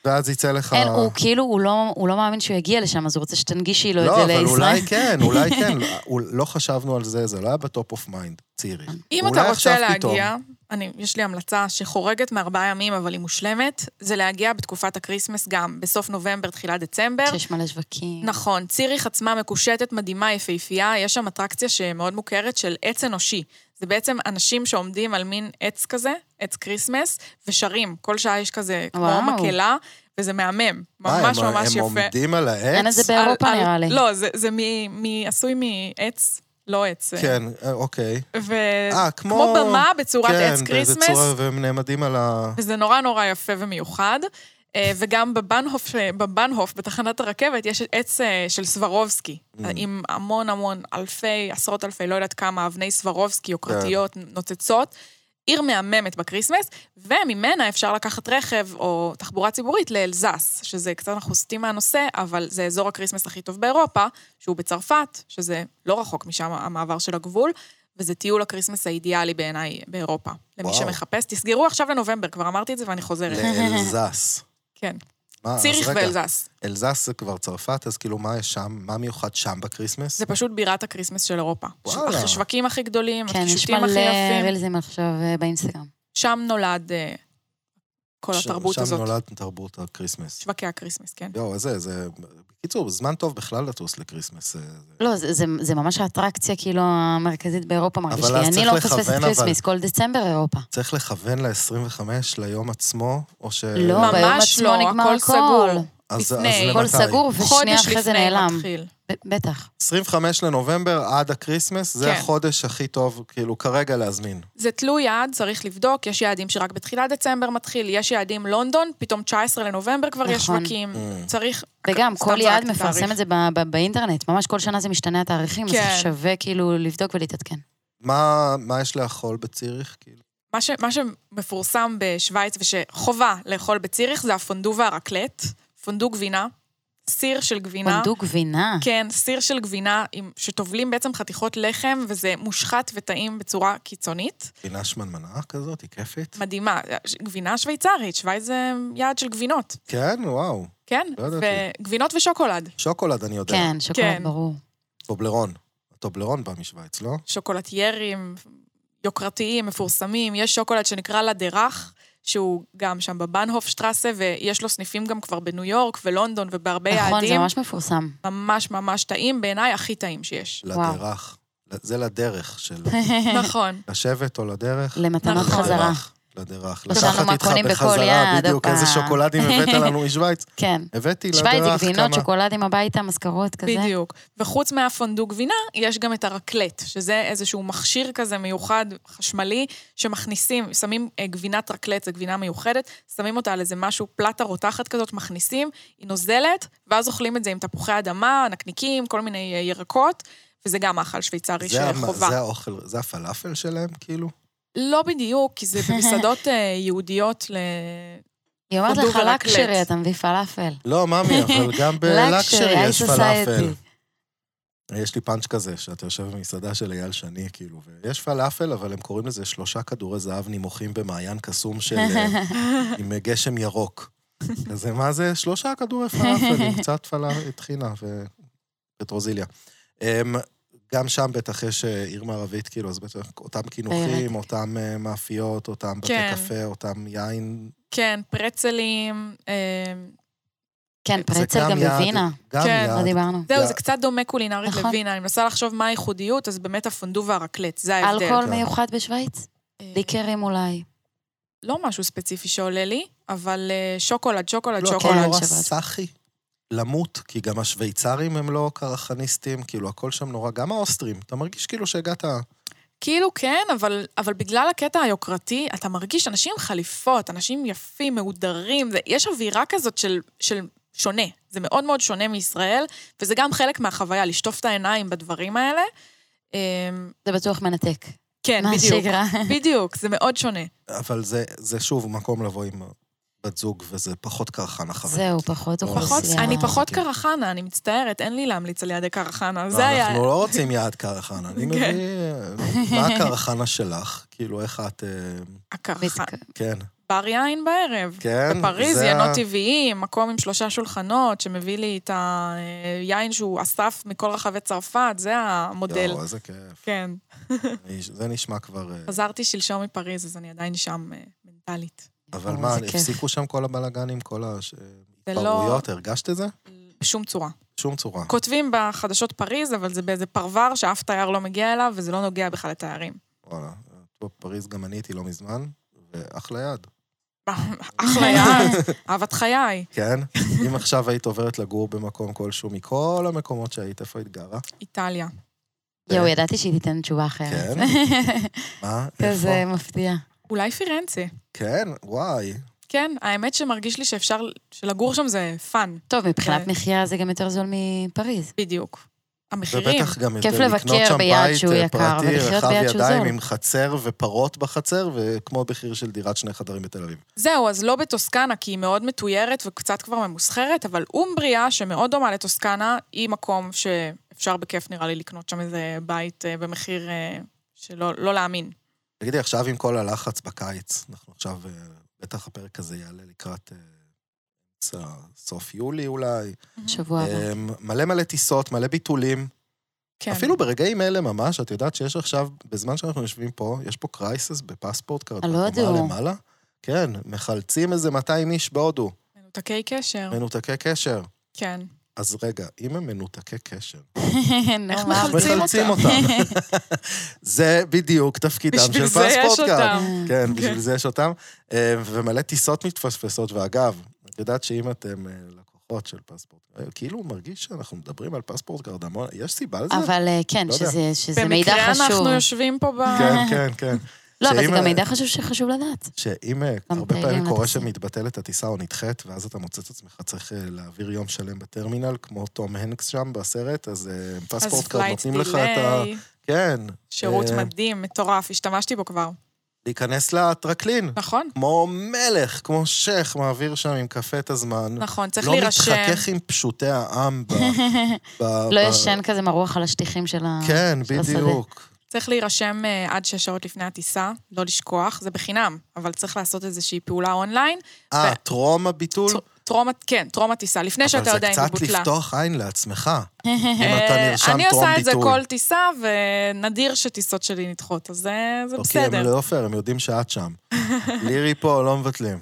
S1: ואז יצא לך...
S3: אין, הוא כאילו, הוא לא- הוא לא מאמין שהוא יגיע לשם, אז הוא רוצה שתנגישי לו את
S1: לא,
S3: זה
S1: אבל אולי
S3: לישראל.
S1: כן, אולי כן. לא- הוא- לא חשבנו על זה, זה לא היה בטופ אוף מיינד, צעירי.
S2: אם
S1: אולי
S2: אתה
S1: עכשיו
S2: רוצה
S1: פתאום.
S2: להגיע, אני, יש לי המלצה שחורגת מארבעה ימים, אבל היא מושלמת, זה להגיע בתקופת הקריסמס גם, בסוף נובמבר, תחילת דצמבר.
S3: שיש מלא שווקים.
S2: נכון, ציריך עצמה מקושטת מדהימה, יפהפייה, יש שם אטרקציה שמאוד מוכרת של עץ אנושי. זה בעצם אנשים שעומדים על מין עץ כזה, עץ כריסמס, ושרים. כל שעה יש כזה
S3: וואו.
S2: כמו מקהלה, וזה מהמם.
S1: מה, אה, הם-
S2: ממש ממש יפה.
S1: הם עומדים על העץ?
S3: אין את זה באירופה
S2: על- על-
S3: נראה לי.
S2: לא, זה, זה מ, מ, עשוי מעץ, לא עץ.
S1: כן, אה, אוקיי.
S2: ו...
S1: אה,
S2: כמו...
S1: כמו...
S2: כמו במה בצורת
S1: כן,
S2: עץ
S1: באיזה
S2: כריסמס,
S1: צורה, והם נעמדים על ה...
S2: וזה נורא נורא יפה ומיוחד. אה, וגם בבנהוף, אה, בבנהוף, בתחנת הרכבת, יש עץ אה, של סברובסקי, עם המון המון אלפי, עשרות אלפי, לא יודעת כמה, אבני סברובסקי יוקרתיות, נוצצות. עיר מהממת בקריסמס, וממנה אפשר לקחת רכב או תחבורה ציבורית לאלזס, שזה קצת אנחנו סוטים מהנושא, אבל זה אזור הקריסמס הכי טוב באירופה, שהוא בצרפת, שזה לא רחוק משם המעבר של הגבול, וזה טיול הקריסמס האידיאלי בעיניי באירופה. למי
S1: וואו.
S2: שמחפש, תסגרו עכשיו לנובמבר, כבר אמרתי את זה ואני חוזרת.
S1: לאלזס.
S2: כן.
S3: אה,
S1: מה, אז
S2: ציריך
S1: רגע,
S2: ואלזס.
S1: אלזס זה כבר צרפת, אז כאילו מה יש שם? מה מיוחד שם בקריסמס?
S2: זה פשוט בירת הקריסמס של אירופה.
S1: וואלה.
S2: השווקים הכי גדולים,
S3: כן, יש
S2: הקישוטים הכי
S3: מלא
S2: יפים.
S3: רילזים עכשיו אה, באינסטגרם. שם
S2: שם נולד אה, כל
S1: ש-
S2: התרבות
S1: שם
S2: הזאת.
S1: נולד תרבות הקריסמס.
S2: שווקי הקריסמס, כן.
S1: יואו, איזה, זה... בקיצור, זמן טוב בכלל לטוס לקריסמס. אה, זה-
S3: לא, זה, זה, זה ממש האטרקציה כאילו המרכזית באירופה, מרגיש
S1: אבל
S3: לי.
S1: אז
S3: אני
S1: צריך
S3: לא מפספסת
S1: לכוון, אבל-
S3: כריסמיס, כל דצמבר אירופה.
S1: צריך לכוון ל-25, ליום עצמו, או ש...
S3: לא,
S2: ממש
S3: ביום
S2: לא,
S3: עצמו נגמר
S2: הכל
S3: הכל.
S2: סגור.
S1: אז- אז
S2: לפני.
S1: למתי?
S3: הכל סגור, ושנייה
S2: חודש
S3: אחרי זה
S2: לפני
S3: נעלם.
S2: מתחיל.
S3: ב- בטח.
S1: 25 לנובמבר עד הקריסמס, זה
S2: כן.
S1: החודש הכי טוב, כאילו, כרגע להזמין.
S3: Mm.
S2: זה תלוי יעד, צריך לבדוק, יש יעדים שרק בתחילת דצמבר מתחיל, יש יעדים לונדון, פתאום 19 לנובמבר כבר יש
S3: נכון.
S2: שווקים,
S1: Mm.
S2: צריך...
S3: וגם,
S2: סתם
S3: כל
S2: זרקתי
S3: יעד
S2: תאריך.
S3: מפרסם את זה ב- ב- באינטרנט, ממש כל שנה זה משתנה התאריכים, אז
S2: כן.
S3: שווה כאילו לבדוק ולהתעדכן.
S1: מה, מה יש לאכול בציריך? כאילו?
S2: מה, ש, מה שמפורסם בשוויץ ושחובה לאכול בציריך זה הפונדו והרקלט, פונדו גבינה, סיר של גבינה.
S3: פונדו גבינה.
S2: כן, סיר של גבינה עם, שטובלים בעצם חתיכות לחם, וזה מושחת וטעים בצורה קיצונית.
S1: פינה שמנמנה כזאת, היא כיפית.
S2: מדהימה. גבינה שוויצרית, שווייץ זה יעד של גבינות,
S1: כן, וואו.
S2: כן?
S1: לא ידעתי.
S2: וגבינות ושוקולד.
S1: שוקולד, אני יודע.
S3: כן, שוקולד
S2: כן.
S3: ברור.
S1: טובלרון. הטובלרון בא משוויץ, לא?
S2: שוקולטיירים יוקרתיים, מפורסמים. יש שוקולד שנקרא לדרך, שהוא גם שם בבנהוף שטרסה, ויש לו סניפים גם כבר בניו יורק ולונדון ובהרבה
S3: נכון, זה
S2: יעדים.
S3: ממש מפורסם.
S2: ממש ממש טעים, בעיניי הכי טעים שיש.
S3: וואו.
S1: לדרך. זה לדרך של...
S2: נכון.
S1: לשבת או לדרך?
S3: למתנות
S2: נכון.
S3: חזרה.
S1: לדרך, לדרך.
S3: לא שאלנו
S1: לקחת
S3: מה
S1: איתך
S3: קונים בכל
S1: בחזרה,
S3: יד,
S1: בדיוק,
S3: הופה.
S1: איזה שוקולדים הבאת לנו משוויץ.
S3: כן.
S1: הבאתי לדרך
S3: שווייץ,
S1: לא כמה...
S3: גבינות, שוקולדים הביתה, משכורות כזה.
S2: בדיוק. וחוץ מהפונדו גבינה, יש גם את הרקלט, שזה איזשהו מכשיר כזה מיוחד, חשמלי, שמכניסים, שמים אה, גבינת רקלט, זו גבינה מיוחדת, שמים אותה על איזה משהו, פלטה רותחת כזאת, מכניסים, היא נוזלת, ואז אוכלים את זה עם תפוחי אדמה, נקניקים, כל מיני אה, ירקות, וזה גם מאכל שוויצרי
S1: זה המ-
S2: שחובה.
S1: זה האוכל, זה הפלאפל שלהם, כאילו?
S2: לא בדיוק, כי זה במסעדות אה, יהודיות ל...
S3: היא אומרת
S2: פונדו
S3: לך
S2: ורקלט.
S3: לקשרי, אתה מביא פלאפל.
S1: לא, ממי, אבל גם בלקשרי
S3: Luxury,
S1: יש
S3: high
S1: פלאפל.
S3: society.
S1: יש לי פאנץ' כזה, שאתה יושב במסעדה של אייל שני, כאילו, ויש פלאפל, אבל הם קוראים לזה שלושה כדורי זהב נימוכים במעיין קסום של... אה, עם גשם ירוק. אז מה זה? שלושה כדורי פלאפל, עם קצת פלאפל, טחינה ופטרוזיליה. אמ, גם שם בטח יש אה, עיר מערבית, כאילו, אז בטח אותם קינוחים,
S3: באמת.
S1: אותם אה, מאפיות, אותם בתי
S2: כן.
S1: קפה, אותם יין.
S2: כן, פרצלים, אה,
S3: כן,
S1: זה
S3: פרצל גם
S1: יעד-
S3: בווינה.
S1: גם
S2: כן.
S3: לא
S1: יעד.
S3: דיברנו.
S2: זהו,
S1: יא-
S2: זה קצת דומה קולינרית
S3: נכון.
S2: לווינה, אני מנסה לחשוב מה הייחודיות, אז באמת הפונדו והרקלט, זה ההבדל.
S3: אלכוהול
S1: כן.
S3: מיוחד בשוויץ?
S2: אה,
S3: ליקרים אולי.
S2: לא משהו ספציפי שעולה לי, אבל אה, שוקולד, שוקולד,
S1: לא,
S2: שוקולד.
S1: כאילו, נורא
S3: שבת.
S1: סאחי. למות, כי גם השוויצרים הם לא קרחניסטים, כאילו, הכל שם נורא, גם האוסטרים. אתה מרגיש כאילו שהגעת...
S2: כאילו כן, אבל, אבל בגלל הקטע היוקרתי, אתה מרגיש אנשים עם חליפות, אנשים יפים, מהודרים, זה, יש אווירה כזאת של, של שונה. זה מאוד מאוד שונה מישראל, וזה גם חלק מהחוויה, לשטוף את העיניים בדברים האלה. אה,
S3: זה בטוח מנתק.
S2: כן, בדיוק.
S3: מהשגרה.
S2: בדיוק, זה מאוד שונה.
S1: אבל זה, זה שוב מקום לבוא עם בת זוג, וזה פחות קרחן החבר.
S3: זהו, פחות
S1: פחות-
S2: פחות,
S3: אוכלוסייה.
S2: אני פחות קרחנה, אני מצטערת, אין לי להמליץ על יעדי קרחנה.
S1: לא,
S2: זה היה...
S1: אנחנו לא רוצים יעד קרחן, אני מביא...
S2: כן.
S1: מה הקרחנה שלך? כאילו, איך את... אה,
S2: הקרחן.
S3: מתק-
S1: כן.
S2: בר יין בערב.
S1: כן,
S2: בפריז,
S1: זה ה-
S2: ינות טבעיים, מקום עם שלושה שולחנות, שמביא לי את היין שהוא אסף מכל רחבי צרפת, זה המודל.
S1: יואו, איזה כיף.
S2: כן.
S1: אני- זה נשמע כבר... אה,
S2: חזרתי שלשום מפריז, אז אני עדיין שם אה, מנטלית.
S1: אבל
S3: יואו,
S1: מה,
S3: איזה כיף.
S1: הפסיקו שם כל הבלאגנים, כל
S2: אה, זה לא-
S1: ההתפרעויות? הרגשת את זה?
S2: בשום צורה.
S1: שום צורה.
S2: כותבים בחדשות פריז, אבל זה באיזה פרבר שאף תייר לא מגיע אליו, וזה לא נוגע בכלל לתיירים.
S1: וואלה. פה בפריז גם אני הייתי לא מזמן, ואחלה יד.
S2: אחלה יעד, אהבת חיי.
S1: כן? אם עכשיו היית עוברת לגור במקום כלשהו, מכל המקומות שהיית, איפה היית גרה?
S2: איטליה.
S3: יואו, ידעתי שהיא תיתן תשובה אחרת.
S1: כן? מה? איפה?
S3: כזה מפתיע.
S2: אולי פירנצה.
S1: כן? וואי.
S2: כן, האמת שמרגיש לי שאפשר, שלגור שם זה פאן,
S3: טוב, מבחינת
S2: כן.
S3: מחיה זה גם יותר זול מפריז.
S2: בדיוק. המחירים.
S1: ובטח גם
S3: כיף
S1: יותר לקנות
S3: לבקר
S1: שם
S3: ביעד
S1: בית
S3: שהוא
S1: אה,
S3: יקר,
S1: פרטי,
S3: ולחיות
S1: רחב
S3: ביעד שהוא
S1: ידיים
S3: זול.
S1: עם חצר ופרות בחצר, וכמו מחיר של דירת שני חדרים בתל אביב.
S2: זהו, אז לא בטוסקנה, כי היא מאוד מתוירת וקצת כבר ממוסחרת, אבל אומבריה, שמאוד דומה לטוסקנה, היא מקום שאפשר בכיף, נראה לי, לקנות שם איזה בית אה, במחיר אה, שלא לא להאמין.
S1: תגידי, עכשיו עם כל הלחץ בקיץ, אנחנו עכשיו, אה, בטח הפרק הזה יעלה לקראת אה, אמצע- סוף יולי אולי,
S3: שבוע הבא.
S1: אה, מלא מלא טיסות, מלא ביטולים.
S2: כן.
S1: אפילו ברגעים אלה ממש, את יודעת שיש עכשיו, בזמן שאנחנו יושבים פה, יש פה קרייסס בפספורט כזה,
S3: הלא
S1: בקומה
S3: ידעו.
S1: למעלה. כן, מחלצים איזה 200 איש בהודו,
S2: אוקיי. מנותקי קשר.
S1: מנותקי קשר.
S2: כן.
S1: אז רגע, אם הם מנותקי קשר, אה,
S2: איך
S3: נורא.
S2: מחלצים
S1: מחלצים
S2: אותם?
S1: אותם. זה בדיוק תפקידם
S2: בשביל
S1: של
S2: זה יש
S1: פספורט קארד.
S2: אותם. אוקיי.
S1: כן, בשביל זה יש אותם. אה, ומלא טיסות מתפספסות, ואגב, את יודעת שאם אתם אה, לקוחות של פספורט, אה, כאילו מרגיש שאנחנו מדברים על פספורט קארד המון, יש סיבה לזה?
S3: אבל אה, כן,
S1: לא יודע.
S3: שזה- שזה מידע
S2: במקרה
S3: חשוב.
S2: אנחנו יושבים פה ב...
S1: כן, כן, כן.
S3: לא, אבל זה
S1: שאם,
S3: גם
S1: אה,
S3: מידע חשוב שחשוב לדעת.
S1: שאם אה, הרבה
S3: מטיילים
S1: פעמים קורה
S3: לטסים.
S1: שמתבטלת הטיסה או נדחית, ואז אתה מוצא את עצמך צריך אה, להעביר יום שלם בטרמינל, כמו תום הנקס שם בסרט, אז אה, פספורט קארד נותנים לך את ה...
S2: דיליי,
S1: כן.
S2: שירות
S1: אה,
S2: מדהים, מטורף, השתמשתי בו כבר.
S1: להיכנס לטרקלין.
S2: נכון,
S1: כמו מלך, כמו שייח, מעביר שם עם קפה את הזמן.
S2: נכון, צריך
S1: לא
S2: להירשם.
S1: מתחכך עם פשוטי העם ב... ב-
S3: לא
S1: ב-
S3: ישן כזה מרוח על השטיחים של
S2: אה,
S3: ה...
S1: כן,
S3: של השדה.
S1: בדיוק.
S2: צריך להירשם אה, עד שש שעות לפני הטיסה, לא לשכוח, זה בחינם, אבל צריך לעשות איזושהי פעולה אונליין.
S1: אה,
S2: ו-
S1: טרום הביטול?
S2: טר- טרום, כן, טרום הטיסה, לפני
S1: אבל
S2: שאתה
S1: זה
S2: יודע אם היא
S1: קצת
S2: בוטלה.
S1: לפתוח עין לעצמך. אם אתה
S2: אה,
S1: נרשם
S2: אני
S1: טרום
S2: עושה את זה
S1: ביטול.
S2: כל טיסה, ונדיר שטיסות שלי נדחות, אז זה, זה
S1: אוקיי, הם
S2: בסדר.
S1: לא פייר, הם יודעים שאת שם. לירי פה, לא מבטלים.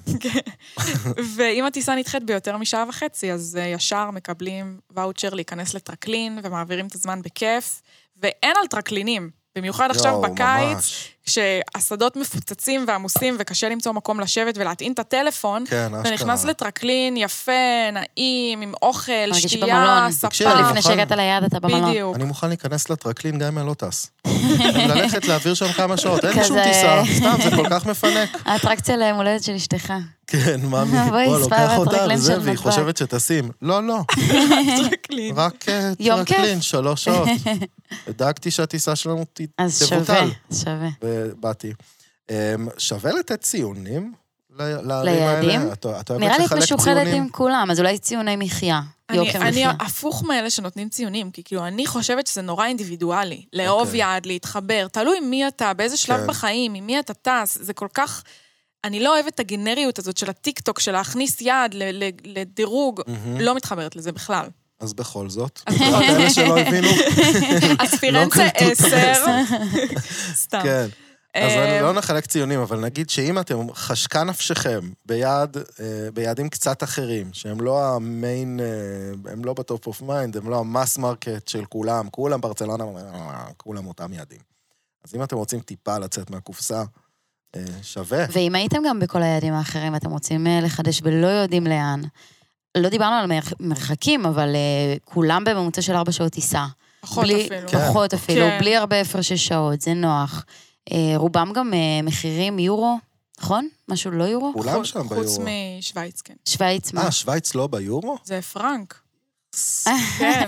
S2: ואם הטיסה נדחית ביותר משעה וחצי, אז אה, ישר מקבלים ואוצ'ר להיכנס לטרקלין, ומעבירים את הזמן בכיף, ואין על טרקלינים, במיוחד עכשיו
S1: יואו,
S2: בקיץ,
S1: ממש.
S2: כשהשדות מפוצצים ועמוסים וקשה למצוא מקום לשבת ולהטעין את הטלפון,
S1: כן, אשכרה.
S2: אתה נכנס לטרקלין יפה, נעים, עם אוכל,
S3: מרגיש
S2: שתייה,
S3: במלון.
S2: ספה.
S1: תקשיב,
S3: לא,
S1: אני
S3: לפני
S1: מוכן-
S3: שהגעת ליעד אתה במלון.
S2: בדיוק.
S1: אני מוכן להיכנס לטרקלין גם אם אני לא טס. ללכת להעביר שם כמה שעות, אין לי שום
S3: כזה-
S1: טיסה, סתם, זה כל כך מפנק.
S3: האטרקציה ליום הולדת של אשתך.
S1: כן, מאמי,
S3: בואי,
S1: בוא,
S3: ספר
S1: לוקח אותה
S3: הטרקלין
S1: וזה,
S3: של
S1: והיא
S3: נתב"ג.
S1: חושבת שטסים. לא, לא,
S2: טרקלין.
S1: רק אה,
S3: יום כיף.
S1: טרקלין, שלוש שעות. דאגתי שהטיסה שלנו ת-
S3: אז שווה,
S1: תבוטל.
S3: שווה.
S1: ובאתי. אמ, שווה לתת ציונים ל- לערים
S3: ליעדים?
S1: האלה? את את אוהבת
S3: נראה לי את
S1: לחלק
S3: משוחדת עם
S1: ציונים?
S3: כולם, אז אולי ציוני מחיה.
S2: אני,
S3: יוקר
S2: אני
S3: מחיה.
S2: הפוך מאלה שנותנים ציונים, כי כאילו, אני חושבת שזה נורא אינדיבידואלי. לאהוב
S1: אוקיי.
S2: יעד, להתחבר, תלוי מי אתה, באיזה שלב
S1: כן.
S2: בחיים, עם מי אתה טס, זה כל כך... אני לא אוהבת את הגנריות הזאת של הטיקטוק, של להכניס יד ל- ל- לדירוג,
S1: מהמם.
S2: לא מתחברת לזה בכלל.
S1: אז בכל זאת,
S2: אז
S1: לטובת
S2: בכל זאת.
S1: אלה שלא הבינו,
S2: אז פירנצה
S1: לא קלטו את
S2: 10, סתם.
S1: כן. אז
S2: אה,
S1: אני לא נחלק ציונים, אבל נגיד שאם אתם חשקה נפשכם ביעד, אה, ביעדים קצת אחרים, שהם לא המיין, אה, הם לא בטופ אוף מיינד, הם לא המס מרקט של כולם, כולם ברצלונה, אה, כולם אותם יעדים. אז אם אתם רוצים טיפה לצאת מהקופסה, אה, שווה.
S3: ואם הייתם גם בכל היעדים האחרים ואתם רוצים אה, לחדש ולא יודעים לאן, לא דיברנו על מרח- מרחקים, אבל אה, כולם בממוצע של ארבע שעות טיסה.
S2: פחות
S3: בלי-
S2: אפילו.
S1: כן.
S3: פחות אפילו,
S2: כן.
S3: בלי הרבה הפרשי שעות, זה נוח. אה, רובם גם אה, מחירים יורו, נכון? משהו לא יורו?
S1: כולם שם
S2: חוץ
S1: ביורו.
S2: משוויץ, כן.
S3: שווייץ, מה?
S1: אה, שווייץ לא ביורו?
S2: זה פרנק. כן.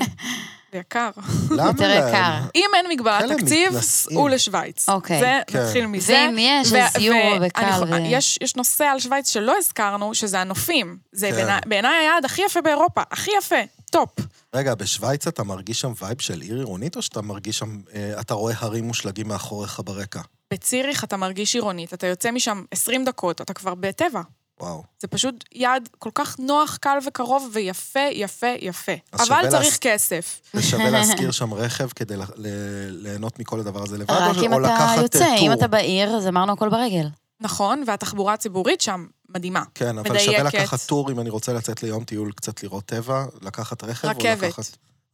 S2: זה יקר.
S1: למה
S3: יותר
S1: להם?
S3: יקר.
S2: אם אין מגבלת
S1: אלה
S2: תקציב,
S1: מתנשאים.
S2: הוא לשוויץ.
S3: אוקיי.
S2: זה,
S1: כן.
S2: נתחיל מזה.
S3: ואם יש,
S2: ו-
S3: אז יורו
S2: ואני
S3: וקל
S2: חו-
S3: ו-
S2: יש, יש נושא על שווייץ שלא הזכרנו, שזה הנופים. זה
S1: כן.
S2: בעיני- בעיניי היעד הכי יפה באירופה, הכי יפה, טופ.
S1: רגע, בשוויץ אתה מרגיש שם וייב של עיר עירונית, או שאתה מרגיש שם, אה, אתה רואה הרים מושלגים מאחוריך ברקע?
S2: בציריך אתה מרגיש עירונית, אתה יוצא משם 20 דקות, אתה כבר בטבע.
S1: וואו.
S2: זה פשוט יעד כל כך נוח, קל וקרוב ויפה, יפה, יפה.
S1: אז שווה
S2: אבל צריך
S1: לעש-
S2: כסף.
S1: ושווה להשכיר שם רכב כדי ל- ל- ליהנות מכל הדבר הזה לבד,
S3: רק
S1: או-
S3: אם
S1: או
S3: אתה
S1: לקחת אה,
S3: יוצא, אם
S1: טור.
S3: אתה בעיר, אז אמרנו הכל ברגל.
S2: נכון, והתחבורה הציבורית שם מדהימה.
S1: כן, אבל
S2: מדייקת.
S1: שווה לקחת טור אם אני רוצה לצאת ליום טיול קצת לראות טבע, לקחת רכב או
S2: רכבת.
S1: לקחת...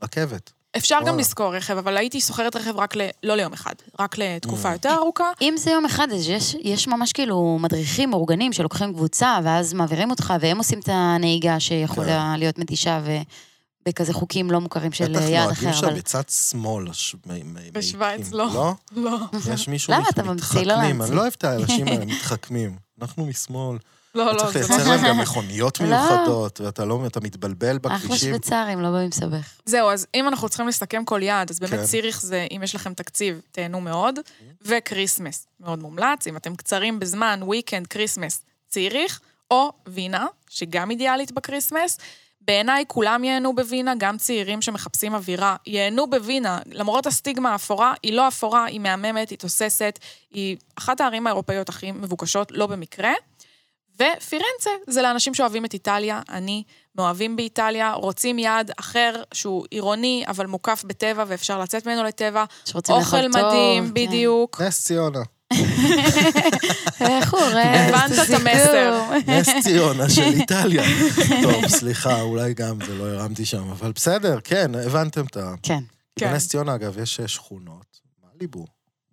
S1: רכבת.
S2: אפשר גם
S1: וואלה.
S2: לשכור רכב, אבל הייתי שוכרת רכב רק ל... לא ליום אחד, רק
S1: אה.
S2: לתקופה יותר ארוכה.
S3: אם זה יום אחד, אז יש, יש ממש כאילו מדריכים מאורגנים שלוקחים קבוצה, ואז מעבירים אותך, והם עושים את הנהיגה שיכולה להיות מתישה, ובכזה חוקים לא מוכרים של
S1: כן. בטח
S3: יעד
S1: נוהגים
S3: אחר.
S1: שם
S3: אבל...
S1: בצד שמאל. ש- מ- מ-
S2: בשוויץ,
S1: מעיקים.
S2: לא.
S1: לא?
S2: לא.
S1: יש מישהו
S3: למה אתה ממציא? לא
S1: מתחכמים. אני
S3: להמציא.
S1: לא אוהב את האנשים האלה, מתחכמים. אנחנו משמאל.
S2: לא,
S1: אתה
S2: לא,
S1: צריך
S2: זה
S1: לייצר
S2: לא.
S1: להם גם מכוניות
S3: לא.
S1: מיוחדות, ואתה לא, אתה מתבלבל
S3: אחלה
S1: בכבישים.
S3: שוויצרים, לא במסבך.
S2: זהו, אז אם אנחנו צריכים לסכם כל יעד, אז באמת
S1: כן.
S2: ציריך זה, אם יש לכם תקציב, תהנו מאוד, וכריסמס, מאוד מומלץ. אם אתם קצרים בזמן, weekend, כריסמס, ציריך, או וינה, שגם אידיאלית בכריסמס. בעיניי כולם ייהנו בווינה, גם צעירים שמחפשים אווירה, ייהנו בווינה, למרות הסטיגמה האפורה, היא לא אפורה, היא מהממת, היא תוססת, היא אחת הערים האירופאיות הכי מבוקשות, לא במקרה. ופירנצה זה לאנשים שאוהבים את איטליה, אני, מאוהבים באיטליה, רוצים יעד אחר שהוא עירוני, אבל מוקף בטבע ואפשר לצאת ממנו לטבע.
S3: שרוצים
S2: אוכל
S3: לאכול טוב.
S2: מדהים,
S3: כן.
S2: בדיוק.
S1: נס ציונה.
S3: איך הוא ראה?
S2: הבנת את המסר.
S1: נס ציונה של איטליה. טוב, סליחה, אולי גם זה לא הרמתי שם, אבל בסדר, כן, הבנתם את ה...
S3: כן.
S2: כן.
S1: בנס ציונה, אגב, יש אה, שכונות. מליבו.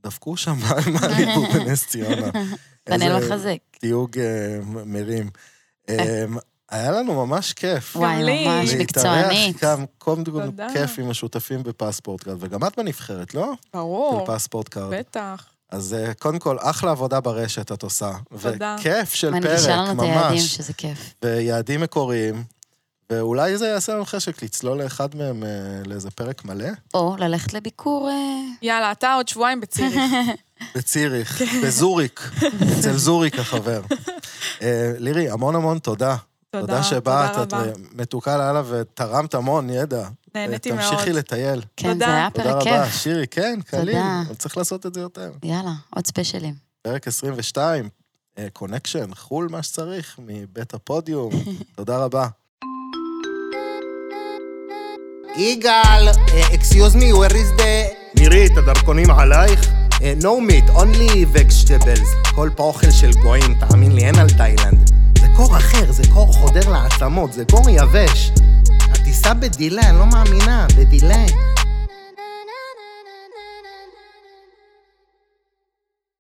S1: דפקו שם מליבו בנס ציונה.
S3: בנה
S1: איזה
S3: לא חזק.
S1: תיוג אה, מרים. אה, היה לנו ממש כיף.
S3: כן. וואי,
S2: לי.
S3: ממש
S1: להתארח
S3: מקצוענית.
S1: כאן, קודם כל
S2: תודה.
S1: כיף עם השותפים בפספורט קארד, וגם את בנבחרת, לא?
S2: ברור,
S1: של פספורט קארד.
S2: בטח.
S1: אז אה, קודם כל, אחלה עבודה ברשת את עושה.
S2: תודה.
S1: וכיף של
S3: מנגישה
S1: פרק,
S3: לנו את היעדים,
S1: ממש.
S3: שזה כיף.
S1: ויעדים מקוריים, ואולי זה יעשה לנו חשק לצלול לאחד מהם אה, לאיזה פרק מלא.
S3: או ללכת לביקור... אה,
S2: יאללה, אתה עוד שבועיים בציריך.
S1: בציריך,
S2: כן.
S1: בזוריק, אצל זוריק החבר. אה, לירי, המון המון תודה.
S2: תודה,
S1: תודה שבאת,
S2: תודה
S1: את
S2: רבה.
S1: אה, מתוקה לאללה ותרמת המון ידע.
S2: נהניתי
S1: אה,
S2: מאוד.
S1: תמשיכי לטייל.
S3: כן,
S2: תודה.
S3: זה היה
S1: תודה
S3: פרק
S1: רבה.
S3: כיף.
S1: שירי, כן, קליל.
S3: תודה.
S1: אבל צריך לעשות את זה יותר.
S3: יאללה, עוד ספיישלים.
S1: פרק 22, אה, קונקשן, חו"ל מה שצריך, מבית הפודיום. תודה רבה.
S4: יגאל, אקסיוז מי, where is the...
S5: נירי, את הדרכונים עלייך?
S4: אה, No meat, only vegetables. כל פה אוכל של גויים, תאמין לי, אין על תאילנד. זה קור אחר, זה קור חודר לעצמות, זה קור יבש. הטיסה בדיליי, אני לא מאמינה, בדיליי.